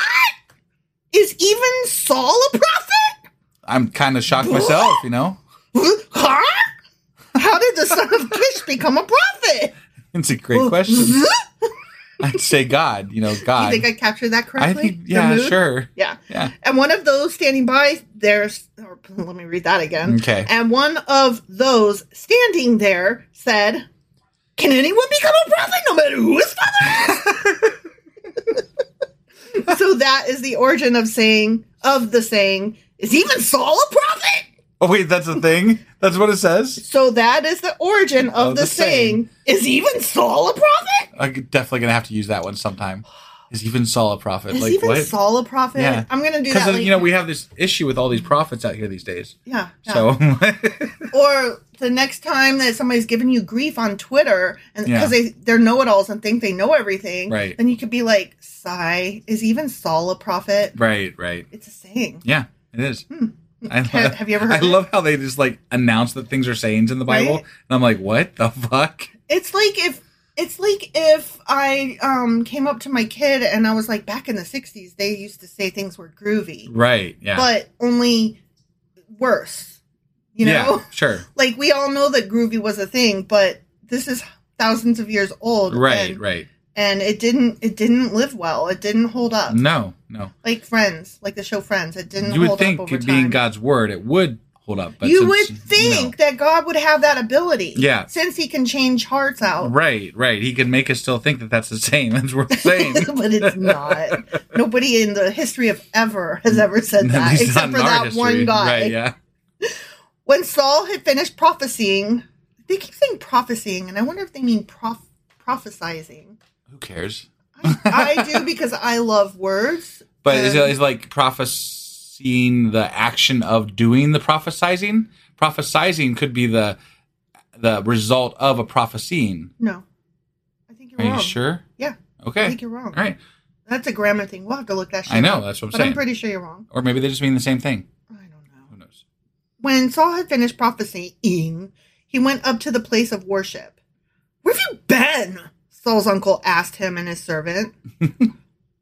is even Saul a prophet?" I'm kind of shocked myself. You know, huh? How did the son of Kish become a prophet? it's a great question. I'd say God. You know, Do you God. think I captured that I correctly? think The yeah, mood? sure. Yeah. Yeah. And one of those standing by there's or, let me read that again. Okay. And one of those standing there said, Can anyone become a prophet no matter who his father is? so that is the origin of saying of the saying, is even Saul a prophet? Oh wait, that's a thing. That's what it says. So that is the origin of, Of the, the saying. saying, is even Saul a prophet? I'm definitely gonna have to use that one sometime. Is even Saul a prophet? Is like even what? Saul a prophet? yeah, I'm gonna do 'Cause, that. uh, later. you know we have this issue with all these prophets out here these days. yeah, yeah. So or the next time that somebody's giving you grief on Twitter and Yeah. because they they're know it alls and think they know everything, Right. Then you could be like, "Sigh, is even Saul a prophet?" right, right, It's a saying. yeah, it is. I, Hmm. Have- have you ever I heard it? love how they just like announce that things are sayings in the Bible, Right? and I'm like, what the fuck? It's like if. It's like if I um, came up to my kid and I was like, back in the 60s, they used to say things were groovy, Right, yeah, but only worse. You know? yeah, sure, like we all know that groovy was a thing, but this is thousands of years old, right, And, right. and it didn't it didn't live well. It didn't hold up. No, no. Like Friends, like the show Friends, it didn't. You would hold think up over it being time. God's word, it would pulled up. But you since- would think that God would have that ability. Yeah. Since he can change hearts no. out. Right, right. He can make us still think that that's the same. That's what we're saying. but it's not. Nobody in the history of ever has ever said At that, least not except for in our that history. one guy. Right, yeah. When Saul had finished prophesying, they keep saying prophesying, and I wonder if they mean prof- prophesizing. Who cares? I do because I love words. But is, it, and- is it like prophesying the action of doing the prophesizing? Prophesizing could be the the result of a prophesying. no? I think you're Are wrong. you sure? Yeah, Okay. I think you're wrong. All right. that's a grammar thing. We'll have to look that. Shit I know, up. that's what I'm but saying. I'm pretty sure you're wrong. Or maybe they just mean the same thing. I don't know. Who knows? When Saul had finished prophesying, he went up to the place of worship. Where have you been? Saul's uncle asked him and his servant.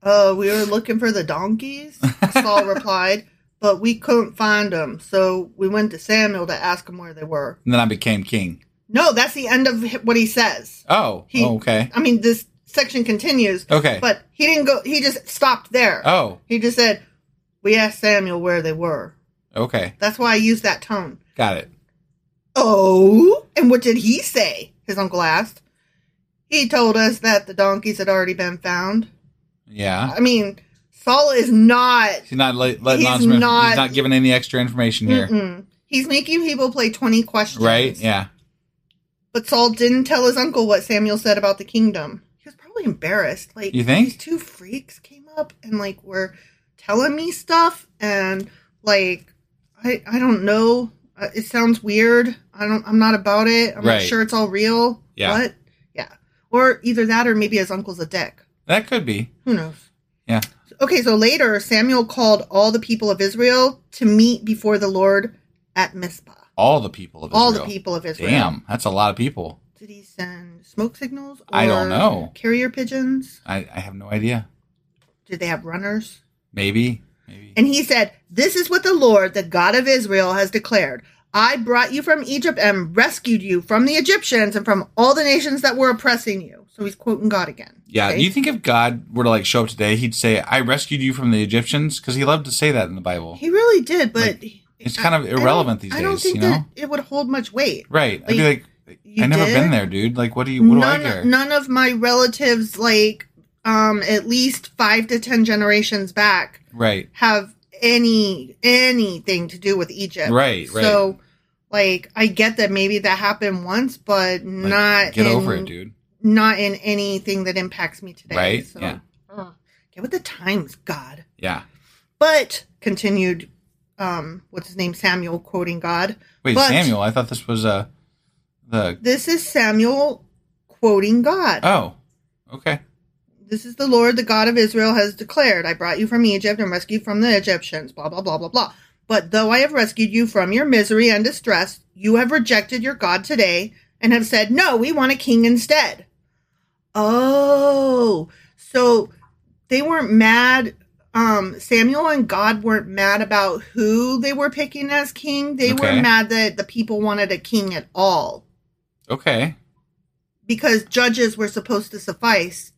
uh, we were looking for the donkeys, Saul replied, but we couldn't find them. So we went to Samuel to ask him where they were. And then I became king. No, that's the end of what he says. Oh, He, oh, okay. I mean, this section continues. Okay. But he didn't go, he just stopped there. Oh. He just said, We asked Samuel where they were. Okay. That's why I used that tone. Got it. Oh, and what did he say? His uncle asked. He told us that the donkeys had already been found. Yeah. I mean, Saul is not. He's not le- letting He's on some, not- he's not giving any extra information here. Mm-mm. He's making people play 20 questions. Right? Yeah. But Saul didn't tell his uncle what Samuel said about the kingdom. He was probably embarrassed. Like, You think? These two freaks came up and, like, were telling me stuff, and, like, I, I don't know. Uh, It sounds weird. I don't, I'm not about it. I'm Right. not sure it's all real. Yeah. What? Yeah. Or either that or maybe his uncle's a dick. That could be. Who knows? Yeah. Okay, so later, Samuel called all the people of Israel to meet before the Lord at Mizpah. All the people of Israel. All the people of Israel. Damn, that's a lot of people. Did he send smoke signals? I don't or know. Carrier pigeons? I, I have no idea. Did they have runners? Maybe. Maybe. And he said, This is what the Lord, the God of Israel, has declared. I brought you from Egypt and rescued you from the Egyptians and from all the nations that were oppressing you. So he's quoting God again. Yeah. Okay? Do you think if God were to like show up today, he'd say, I rescued you from the Egyptians? Because he loved to say that in the Bible. he really did, but Like, it's kind of irrelevant these I don't days, think you know? that it would hold much weight. right. I'd be Like, like, you i never did? been there, dude. Like, what do you, what none, do I care? none of my relatives, like um, at least five to ten generations back, Right. have any anything to do with Egypt. Right, right. So like I get that maybe that happened once, Like, but not Get in, over it, dude. Not in anything that impacts me today. Right, So, yeah. ugh. get with the times, God. Yeah. But continued um what's his name? Samuel quoting God. Wait, But- Samuel, I thought this was uh, the. This is Samuel quoting God. Oh, okay. This is the Lord, the God of Israel, has declared. I brought you from Egypt and rescued from the Egyptians. Blah, blah, blah, blah, blah. But though I have rescued you from your misery and distress, you have rejected your God today and have said, No, we want a king instead. Oh, so they weren't mad. Um, Samuel and God weren't mad about who they were picking as king. They Okay. were mad that the people wanted a king at all Okay. because judges were supposed to suffice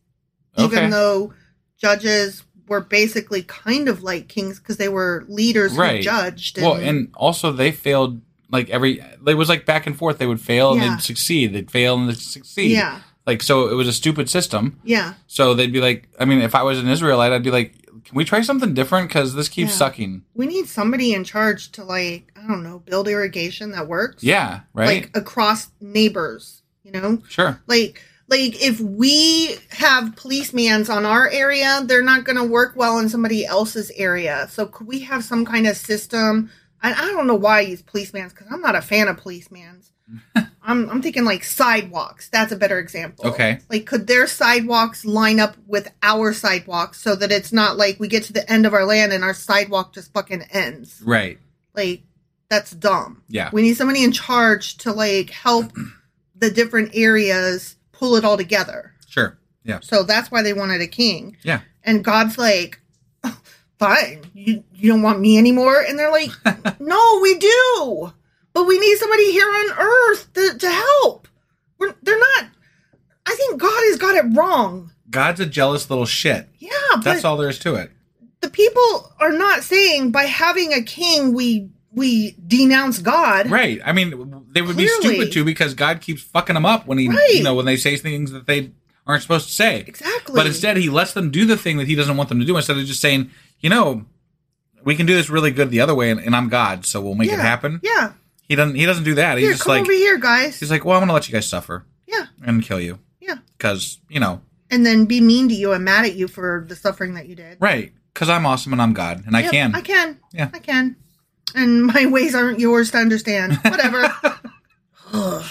Okay. even though judges were basically kind of like kings because they were leaders right. who judged. well, and also they failed. Like every, it was like back and forth. They would fail and Yeah. they'd succeed. They'd fail and they'd succeed. yeah, Like so, it was a stupid system. yeah, So they'd be like, I mean, if I was an Israelite, I'd be like, can we try something different? Because this keeps Yeah. sucking. we need somebody in charge to like I don't know build irrigation that works. Yeah. Right. like across neighbors, you know, sure. like. Like if we have policemans on our area, they're not going to work well in somebody else's area. So could we have some kind of system? And I don't know why I use policemans because I'm not a fan of policemans. I'm, I'm thinking like sidewalks. That's a better example. Okay. Like, could their sidewalks line up with our sidewalks so that it's not like we get to the end of our land and our sidewalk just fucking ends? Right. Like, that's dumb. Yeah. We need somebody in charge to like help the different areas pull it all together. Sure. Yeah. So that's why they wanted a king. Yeah. And God's like, fine, you, you don't want me anymore? And they're like, no, we do. But we need somebody here on earth to, to help. We're, they're not, I think God has got it wrong. God's a jealous little shit. Yeah, but That's all there is to it. the people are not saying by having a king, we we denounce God. Right. I mean, they would be Clearly. stupid too because God keeps fucking them up when he, Right. you know, when they say things that they aren't supposed to say. Exactly. But instead, he lets them do the thing that he doesn't want them to do instead of just saying, you know, we can do this really good the other way, and, and I'm God, so we'll make yeah. it happen. Yeah. He doesn't. He doesn't do that. He's Here, just come like over here, guys. he's like, well, I'm gonna let you guys suffer Yeah. and kill you Yeah. because you know, And then be mean to you and mad at you for the suffering that you did. right? Because I'm awesome and I'm God and I Yep, can. I can. Yeah. I can. And my ways aren't yours to understand. Whatever. Ugh.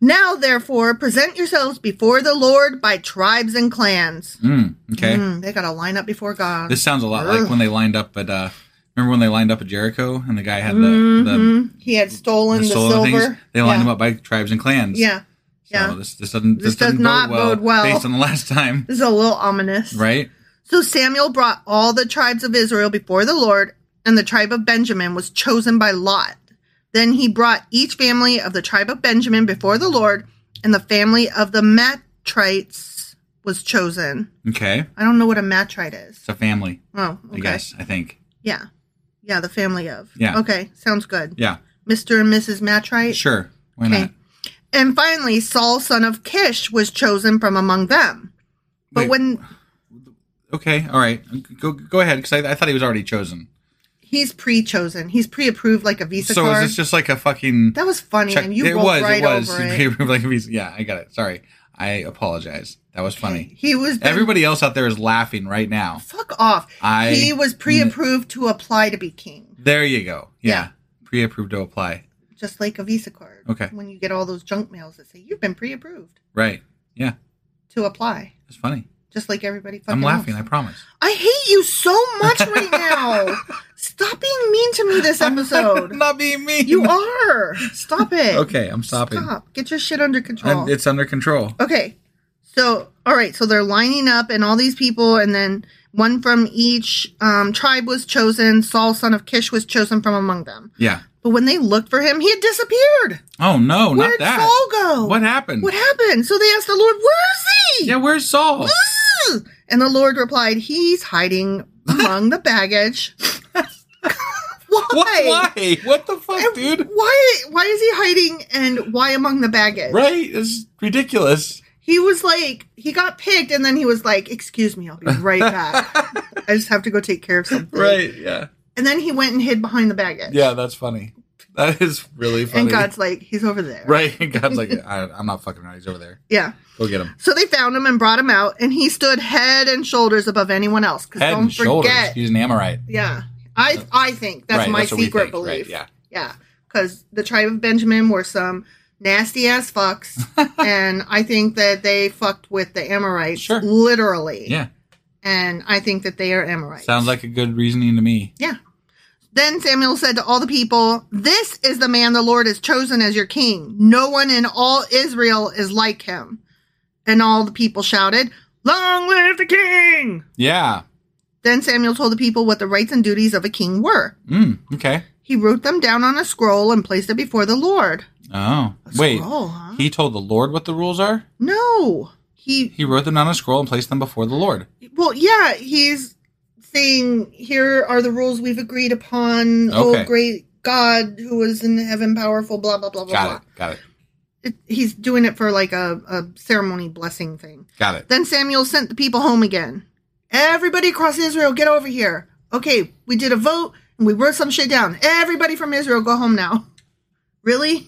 now, therefore, present yourselves before the Lord by tribes and clans. Mm, okay. Mm, they got to line up before God. This sounds a lot Ugh. like when they lined up at. uh Remember when they lined up at Jericho and the guy had the the he had stolen Mm-hmm. the, stolen silver. They line yeah. them up by tribes and clans. Yeah. So Yeah. This, this doesn't this, This does doesn't not bode well, bode well. based on the last time, This is a little ominous. right? So Samuel brought all the tribes of Israel before the Lord, and the tribe of Benjamin was chosen by Lot. Then he brought each family of the tribe of Benjamin before the Lord, and the family of the Matrites was chosen. Okay. I don't know what a Matrite is. It's a family, Oh, okay. I guess. I think. Yeah. Yeah, the family of. Yeah. Okay, sounds good. Yeah. Mr. and Mrs. Matrite. Sure. Why not? Okay. And finally, Saul, son of Kish, was chosen from among them. But Wait. when Okay. All right. Go go ahead because I, I thought he was already chosen. he's pre-chosen, he's pre-approved like a Visa so card. is this just like a fucking? That was funny, check- and you rolled right over it. Like, he's- yeah, I got it. Sorry. I apologize. That was funny. He was Everybody else out there is laughing right now. Fuck off. I- he was pre-approved to apply to be king, There you go. yeah. Yeah. Pre-approved to apply. just like a Visa card. Okay. When you get all those junk mails that say you've been pre-approved Right. Yeah. to apply, It's funny. just like everybody. Fucking I'm laughing. else. I promise. I hate you so much right now. Stop being mean to me this episode. not being mean. you are. Stop it. Okay, I'm stopping. Stop. Get your shit under control. And it's under control. Okay. So, all right. So they're lining up, and all these people, and then one from each um, tribe was chosen. Saul, son of Kish, was chosen from among them. Yeah. But when they looked for him, he had disappeared. Oh no, not Where'd that. Saul go? What happened? What happened? So they asked the Lord, Where is he? Yeah, where's Saul? "Ugh." And the Lord replied, He's hiding among the baggage. why? What? Why? What the fuck, And dude? Why? Why is he hiding? And why among the baggage? Right? It's ridiculous. He was like, he got picked, and then he was like, "Excuse me, I'll be right back. I just have to go take care of something." Right? Yeah. And then he went and hid behind the baggage. Yeah, that's funny. That is really funny. And God's like, "He's over there." right. And God's like, I, I'm not fucking around. He's over there. Yeah. Go get him. So they found him and brought him out, and he stood head and shoulders above anyone else. Because Head don't and shoulders. forget, He's an Amorite. Yeah. I I think that's Right, my that's what we secret think, right, belief. yeah. Yeah. Because the tribe of Benjamin were some nasty ass fucks. and I think that they fucked with the Amorites Sure. literally. Yeah. And I think that they are Amorites. Sounds like a good reasoning to me. Yeah. Then Samuel said to all the people, This is the man the Lord has chosen as your king. No one in all Israel is like him. And all the people shouted, Long live the king! Yeah. Then Samuel told the people what the rights and duties of a king were. Mm, okay. He wrote them down on a scroll and placed it before the Lord. Oh. Wait. scroll, huh? He told the Lord what the rules are? No, he He wrote them on a scroll and placed them before the Lord. well, yeah, he's saying here are the rules we've agreed upon. Okay. Oh, great God, who is in heaven, powerful, blah blah blah blah blah. Got it. Got it. It, he's doing it for like a, a ceremony blessing thing. Got it. Then Samuel sent the people home again. Everybody across Israel, get over here. Okay, we did a vote and we wrote some shit down. Everybody from Israel, go home now. Really?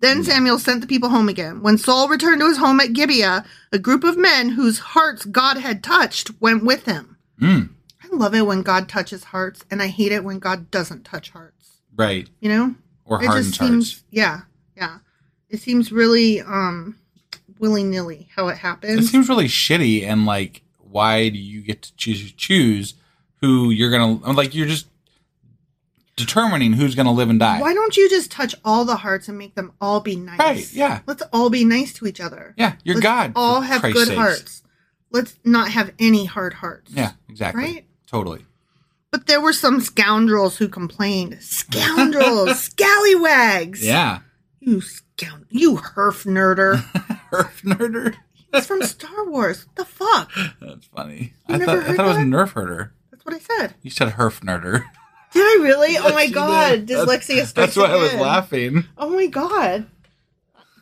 Then Samuel sent the people home again. When Saul returned to his home at Gibeah, a group of men whose hearts God had touched went with him. I love it when God touches hearts, and I hate it when God doesn't touch hearts. Right. You know? Or it hardened just seems hearts. yeah, yeah. It seems really um willy nilly how it It happens. seems really shitty and like why do you get to choose choose who you're gonna I'm like you're just determining who's gonna live and die. Why don't you just touch all the hearts and make them all be nice? Right, yeah. Let's all be nice to each other. Yeah, you're Let's God, All for have Christ's good sakes. hearts. Let's not have any hard hearts. Yeah, exactly. Right? Totally. But there were some scoundrels who complained. Scoundrels, scallywags. Yeah. You scound you herf nerder. Nerf nerder. It's from Star Wars. What the fuck? That's funny. You I never thought I heard thought it was that? nerf herder. That's what I said. You said herf nerder. Did I really? oh my She god, did. That- dyslexia strikes That's why I was again. laughing. Oh my god.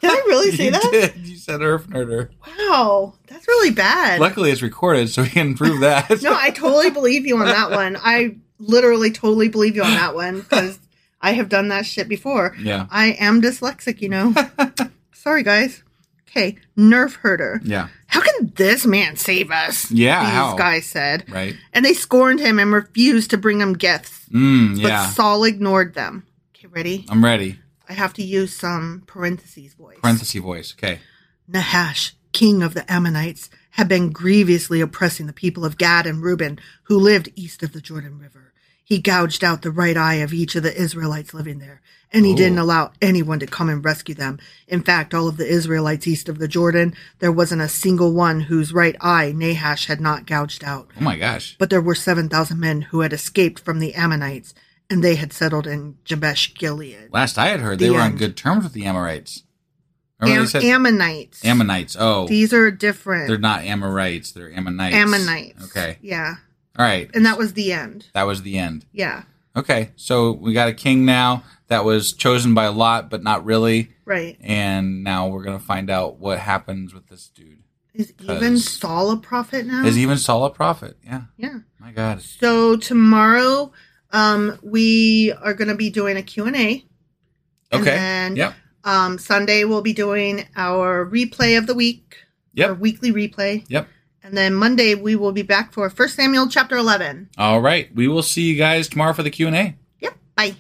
Did I really say you that? did. You said Erf Nerder. Wow, that's really bad. Luckily, it's recorded, so we can prove that. No, I totally believe you on that one. I literally totally believe you on that one because I have done that shit before. Yeah. I am dyslexic, you know. Sorry, guys. Okay, nerf herder. Yeah. How can this man save us? Yeah, these how? guys said. Right. And they scorned him and refused to bring him gifts. Mm, But yeah. Saul ignored them. Okay, ready? I'm ready. I have to use some parentheses voice. Parenthesis voice. Okay. Nahash, king of the Ammonites, had been grievously oppressing the people of Gad and Reuben, who lived east of the Jordan River. He gouged out the right eye of each of the Israelites living there, and he Oh. didn't allow anyone to come and rescue them. In fact, all of the Israelites east of the Jordan, there wasn't a single one whose right eye Nahash had not gouged out. Oh my gosh. But there were 7,000 men who had escaped from the Ammonites, and they had settled in Jabesh Gilead. Last I had heard, they The were on end. good terms with the Amorites. Remember Am- they said Ammonites. Ammonites. Oh, These are different. they're not Amorites. They're Ammonites. Ammonites. Okay. Yeah. All right. And that was the end. That was the end. Yeah. Okay. So we got a king now that was chosen by Lot, but not really. Right. And now we're gonna find out what happens with this dude. Is even 'Cause- Saul a prophet now? Is even Saul a prophet? Yeah. yeah. My God. So tomorrow um we are going to be doing a Q&A. And Okay. then- yep. Um Sunday we'll be doing our replay of the week. Our Yep. weekly replay. Yep. And then Monday we will be back for First Samuel chapter 11. All right. We will see you guys tomorrow for the Q and A. Yep. Bye.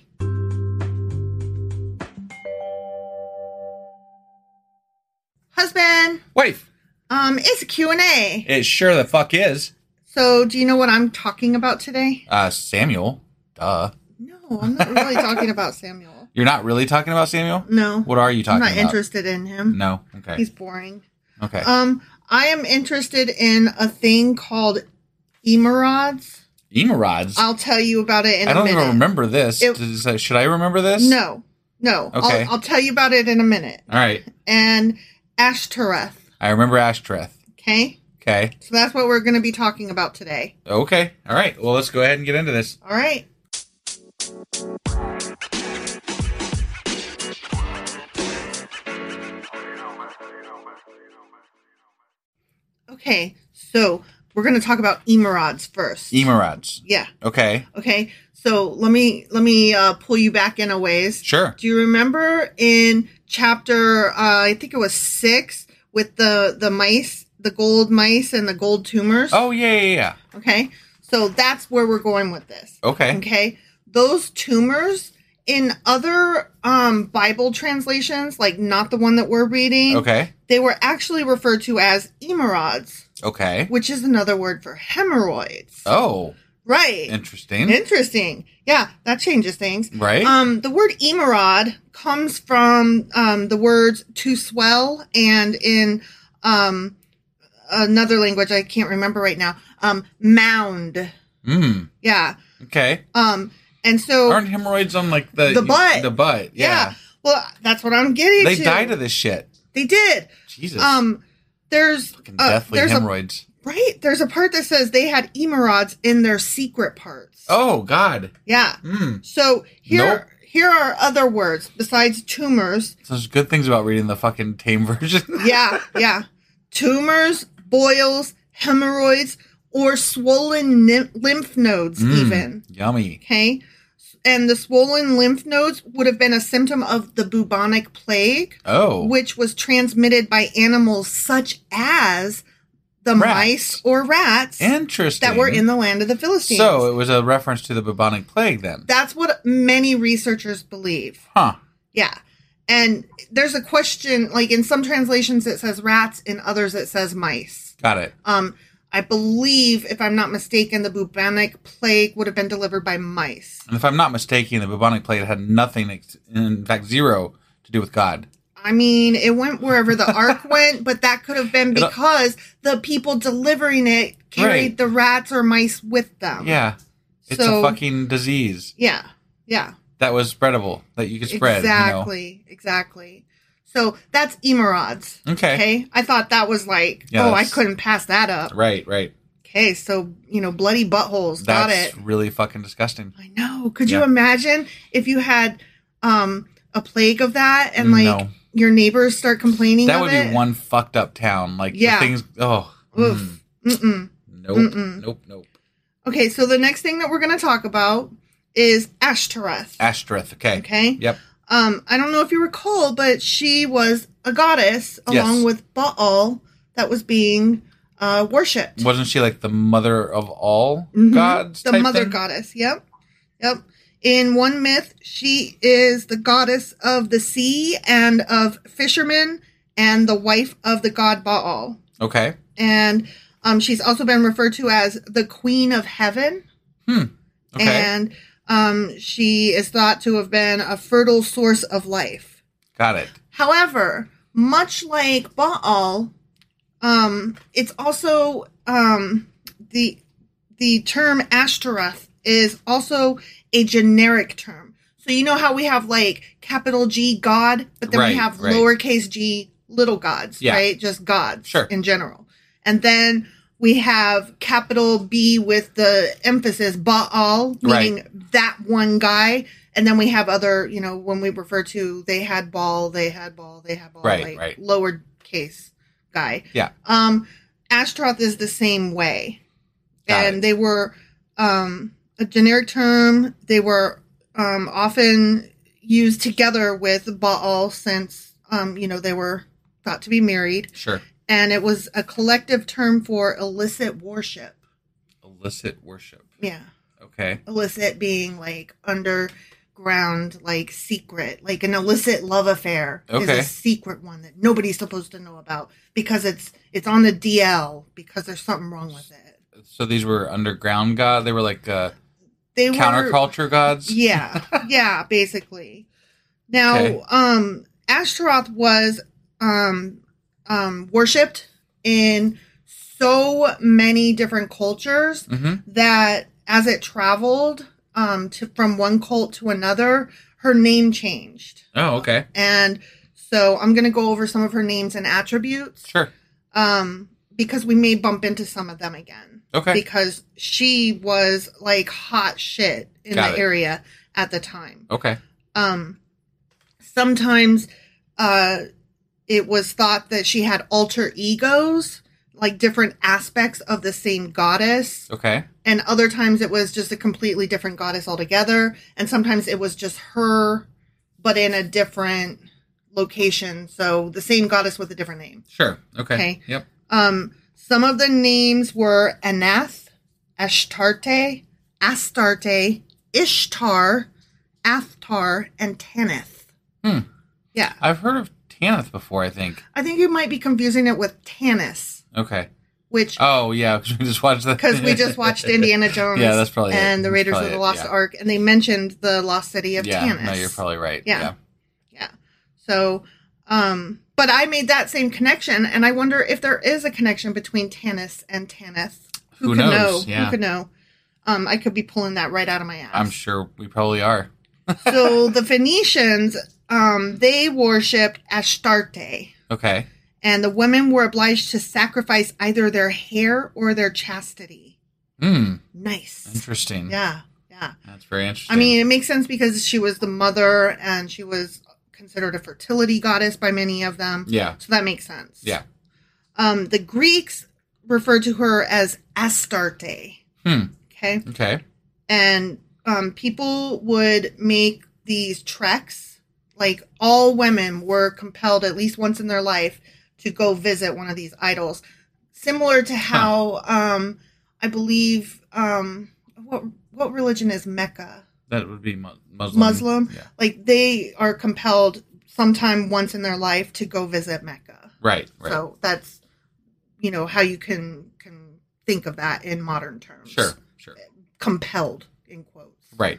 Husband, Wife. um it's a Q&A. It sure the fuck is. So, do you know what I'm talking about today? Uh, Samuel. Duh. No, I'm not really talking about Samuel. You're not really talking about Samuel. No. What are you I'm talking not about? interested in him. No. Okay. He's boring. okay. Um, I am interested in a thing called emerods. Emerods. I'll tell you about it in I a don't minute. even remember this. It- Does it- should I remember this? No, no. Okay. I'll, I'll tell you about it in a minute. All right. And Ashtoreth. I remember Ashtoreth. Okay. Okay. So that's what we're going to be talking about today. Okay. All right. Well, let's go ahead and get into this. All right. Okay, so we're going to talk about emerods first. E- Emerods. yeah. Okay. Okay. So let me let me uh, pull you back in a ways. Sure. Do you remember in chapter uh, I think it was six with the the mice, the gold mice and the gold tumors? Oh yeah yeah yeah. Okay. So that's where we're going with this. Okay. Okay. Those tumors in other um, Bible translations, like not the one that we're reading, Okay. they were actually referred to as emerods, Okay. which is another word for hemorrhoids. Oh, right. interesting. Interesting. Yeah, that changes things. Right. Um, the word emerod comes from um, the words to swell and in um, another language I can't remember right now, um, mound. Hmm. Yeah. Okay. Um, and so Aren't hemorrhoids on like the The butt. The butt. Yeah. Well, that's what I'm getting. They to. died of this shit. They did. Jesus. Um, there's Fucking uh, deathly there's a, hemorrhoids. right. There's a part that says they had emerods in their secret parts. Oh God. yeah. Hmm. So here Nope. here are other words besides tumors. So there's good things about reading the fucking tame version. Yeah, yeah. Tumors, boils, hemorrhoids, or swollen nym- lymph nodes. Hmm. Even Yummy. okay. And the swollen lymph nodes would have been a symptom of the bubonic plague. Oh. which was transmitted by animals such as the Rats. mice or rats Interesting. that were in the land of the Philistines. So it was a reference to the bubonic plague then. that's what many researchers believe. huh. Yeah. And there's a question like in some translations it says rats, in others it says mice. Got it. Um I believe if I'm not mistaken the bubonic plague would have been delivered by mice. And if I'm not mistaken, the bubonic plague had nothing, ex- in fact, zero to do with God. I mean, it went wherever the ark went, but that could have been It- because the people delivering it carried Right. the rats or mice with them. Yeah. It's So- a fucking disease Yeah. Yeah. that was spreadable, that you could spread. you know. exactly. Exactly. So that's emerods. Okay. Okay. I thought that was like, Yeah, oh, I that's- couldn't pass that up. Right, right. Okay, so you know, bloody buttholes. Got That's it. really fucking disgusting. I know. Could you Yeah. imagine if you had um a plague of that and like No. your neighbors start complaining? That of would it? be one fucked up town. Like the Yeah. things. Oh, Oof. Mm-mm. nope, Mm-mm. nope, nope. Okay, so the next thing that we're going to talk about is Ashtoreth. Ashtoreth. Okay. Okay. Yep. Um, I don't know if you recall, but she was a goddess Yes. along with Baal that was being uh, worshipped. Wasn't she like the mother of all Mhm. gods? the type mother thing? goddess. Yep. Yep. In one myth, she is the goddess of the sea and of fishermen and the wife of the god Baal. Okay. And um, she's also been referred to as the queen of heaven. Okay. and um, she is thought to have been a fertile source of life. Got it. However, much like Baal, um, it's also um, the the term Ashtoreth is also a generic term. So you know how we have like capital G God, but then Right, we have right. lowercase g little gods, Yeah. right? Just gods Sure. in general. And then we have capital B with the emphasis Baal, meaning that one guy. And then we have other, you know, when we refer to they had ball, they had ball, they had ball, Right, like right. lowercase guy. Yeah. Um, Ashtaroth is the same way. Got and it. they were um, a generic term. They were um, often used together with Baal since, um, you know, they were thought to be married. Sure. And it was a collective term for illicit worship. Illicit worship. Yeah. Okay. Illicit being like underground, like secret, like an illicit love affair is Okay. a secret one that nobody's supposed to know about because it's it's on the DL because there's something wrong with it. So these were underground god. They were like uh, They were counterculture gods. Yeah, yeah, basically. Now, Okay. um, Ashtaroth was um, um, worshipped in so many different cultures Mm-hmm. that as it traveled um, to, from one cult to another, her name changed. Oh, okay. And so I'm going to go over some of her names and attributes Sure. um, because we may bump into some of them again. Okay. Because she was like hot shit in Got the it. area at the time. Okay. Um, sometimes uh, it was thought that she had alter egos, like different aspects of the same goddess. Okay. And other times it was just a completely different goddess altogether. And sometimes it was just her, but in a different location. So the same goddess with a different name. Sure. Okay. Okay. Yep. Um, some of the names were Anath, Ashtarte, Astarte, Ishtar, Athtar, and Tanith. Hmm. Yeah. I've heard of Tanith before. I think. I think you might be confusing it with Tanis, Okay. which, Oh yeah, because we just watched that. because we just watched Indiana Jones Yeah, that's probably it. and the That's Raiders of probably the it, Lost yeah. Ark, and they mentioned the lost city of yeah. Tanis. No, you're probably right. Yeah. yeah. Yeah. So, um, but I made that same connection, and I wonder if there is a connection between Tanis and Tanith. Who could knows? know? Yeah. Who could know? Um, I could be pulling that right out of my ass. I'm sure we probably are. so the Phoenicians, um, they worshipped Ashtarte, Okay. and the women were obliged to sacrifice either their hair or their chastity. Hmm. Nice. Interesting. Yeah. Yeah. That's very interesting. I mean, it makes sense because she was the mother and she was considered a fertility goddess by many of them. Yeah. So that makes sense. Yeah. Um, the Greeks referred to her as Astarte. Hmm. Okay. Okay. And um, people would make these treks. Like all women were compelled at least once in their life to go visit one of these idols. Similar to how um, I believe um, what what religion is Mecca? That would be mu- Muslim. Muslim. Yeah. Like they are compelled sometime once in their life to go visit Mecca. Right. Right. So that's you know how you can can think of that in modern terms. sure. Sure. Compelled in quotes. Right.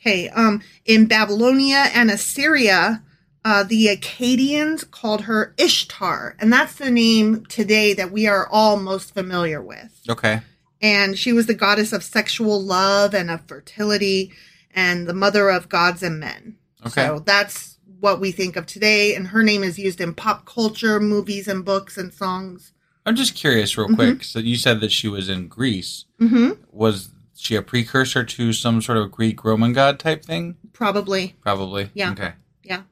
Okay. Um in Babylonia and Assyria, uh the Akkadians called her Ishtar, and that's the name today that we are all most familiar with. Okay. And she was the goddess of sexual love and of fertility and the mother of gods and men. Okay. So that's what we think of today. And her name is used in pop culture, movies, and books and songs I'm just curious, Mm-hmm. real quick. So you said that she was in Greece. Mm-hmm. Was she a precursor to some sort of Greek Roman god type thing? Probably. Probably. Yeah. Okay. Yeah.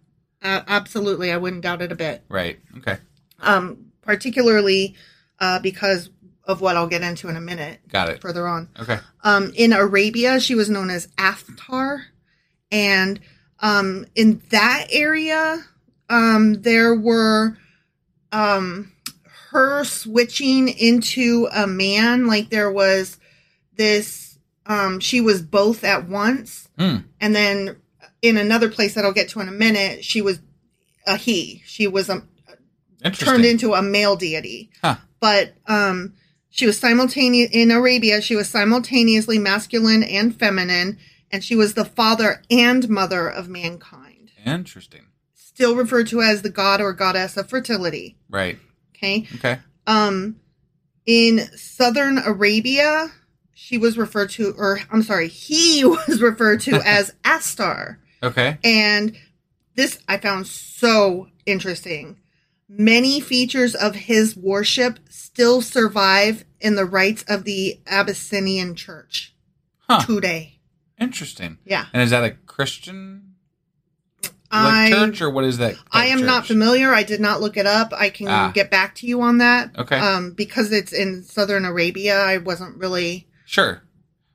Uh, absolutely. I wouldn't doubt it a bit. Right. Okay. Um, particularly uh, because of what I'll get into in a minute Got it. further on. Okay. Um, in Arabia, she was known as Aftar. And um, in that area, um, there were um, her switching into a man. Like there was this, um, she was both at once. And then in another place that I'll get to in a minute, she was a he. She was a, Interesting. turned into a male deity. Huh. But um, she was simultaneous in Arabia. She was simultaneously masculine and feminine, and she was the father and mother of mankind. Interesting. Still referred to as the god or goddess of fertility. Right. Okay. Okay. Um, in southern Arabia, she was referred to, or I'm sorry, he was referred to as Astar. Okay. And this I found so interesting. Many features of his worship still survive in the rites of the Abyssinian church Huh. today. Interesting. Yeah. And is that a Christian like, I, church or what is that? I am not church? familiar. I did not look it up. I can Ah. get back to you on that. Okay. Um, because it's in southern Arabia, I wasn't really. Sure.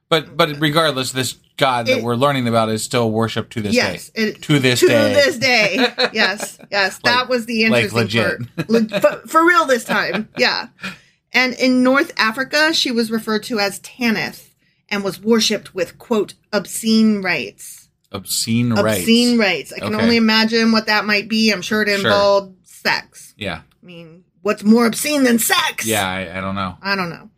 But but regardless, this god that It- we're learning about is still worshipped to this yes. day. it- to this to day. this day. Yes. Yes. that was the like interesting legit. part. Le- for, for real this time. Yeah. And in North Africa, she was referred to as Tanith and was worshipped with, quote, obscene rites. Obscene rights. Obscene rites. I can Okay. only imagine what that might be. I'm sure it Sure. involved sex. Yeah. I mean, what's more obscene than sex? Yeah. I, I don't know. I don't know.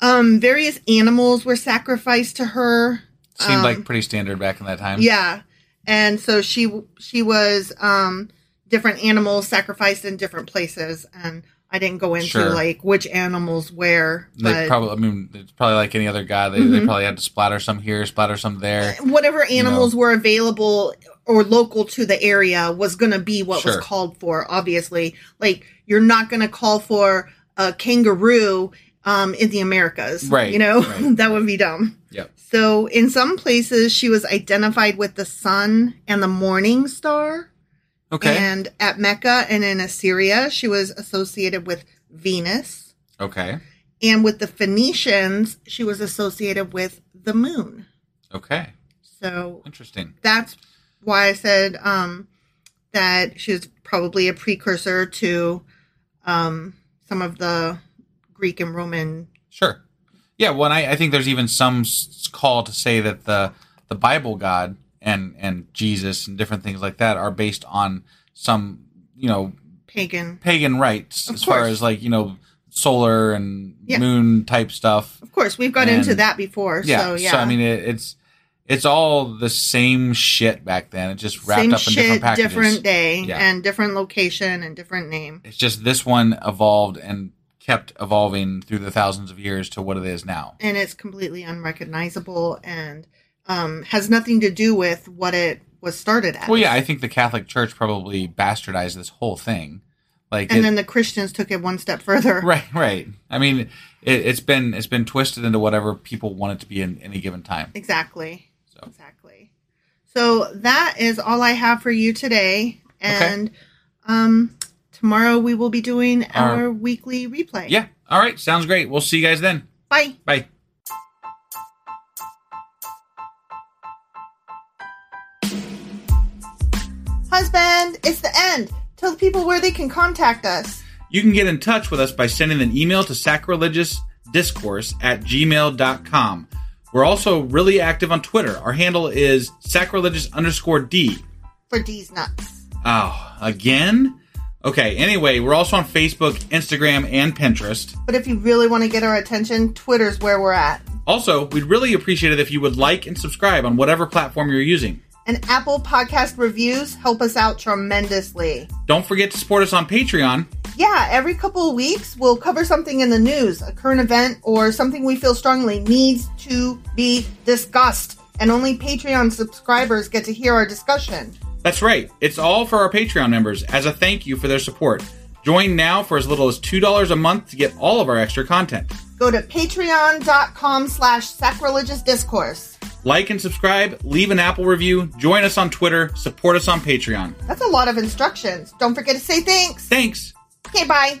Um, various animals were sacrificed to her. Seemed like pretty standard back in that time. Um, Yeah, and so she she was um different animals sacrificed in different places, and I didn't go into Sure. like which animals where, They but Mm-hmm. probably. I mean, it's probably like any other god. They, they probably had to splatter some here, splatter some there. whatever animals were available or local to the area was going to be what Sure. was called for. Obviously, like you're not going to call for a kangaroo um in the Americas, Right, You know right. that would be dumb. Yep. So, in some places, she was identified with the sun and the morning star. Okay. And at Mecca and in Assyria, she was associated with Venus. okay. And with the Phoenicians, she was associated with the moon. Okay. So Interesting. that's why I said um, that she was probably a precursor to um, some of the Greek and Roman. Sure. Yeah. Well, and I, I think there's even some s- call to say that the the Bible God and and Jesus and different things like that are based on some you know pagan. pagan rites Of as far course. as like you know solar and Yeah. moon type stuff. Of course, we've got And- into that before. Yeah. so, So, yeah. I mean, it, it's it's all the same shit back then. It just wrapped same up in shit, different packages. different day, Yeah. and different location, and different name. It's just this one evolved and kept evolving through the thousands of years to what it is now. and it's completely unrecognizable and um, has nothing to do with what it was started as. Well, yeah, I think the Catholic Church probably bastardized this whole thing. Like, and it- then the Christians took it one step further. right, right. I mean, it, it's been it's been twisted into whatever people want it to be in any given time. Exactly. So. Exactly. So that is all I have for you today, and um, tomorrow we will be doing our, Our- weekly replay. Yeah. All right. Sounds great. We'll see you guys then. Bye. Bye. Husband, it's the end. Tell the people where they can contact us. You can get in touch with us by sending an email to sacrilegiousdiscourse at gmail.com. We're also really active on Twitter. Our handle is sacrilegious underscore D. for D's nuts. Oh, again? Okay, anyway, we're also on Facebook, Instagram, and Pinterest. But if you really want to get our attention, Twitter's where we're at. Also, we'd really appreciate it if you would like and subscribe on whatever platform you're using. and Apple Podcast reviews help us out tremendously. Don't forget to support us on Patreon. Yeah, every couple of weeks we'll cover something in the news, a current event, or something we feel strongly needs to be discussed. And only Patreon subscribers get to hear our discussion. That's right, it's all for our Patreon members as a thank you for their support. Join now for as little as $2 a month to get all of our extra content. Go to patreon.com slash sacrilegious discourse. Like and subscribe, leave an Apple review, join us on Twitter, support us on Patreon. That's a lot of instructions. Don't forget to say thanks. Thanks. Okay, bye.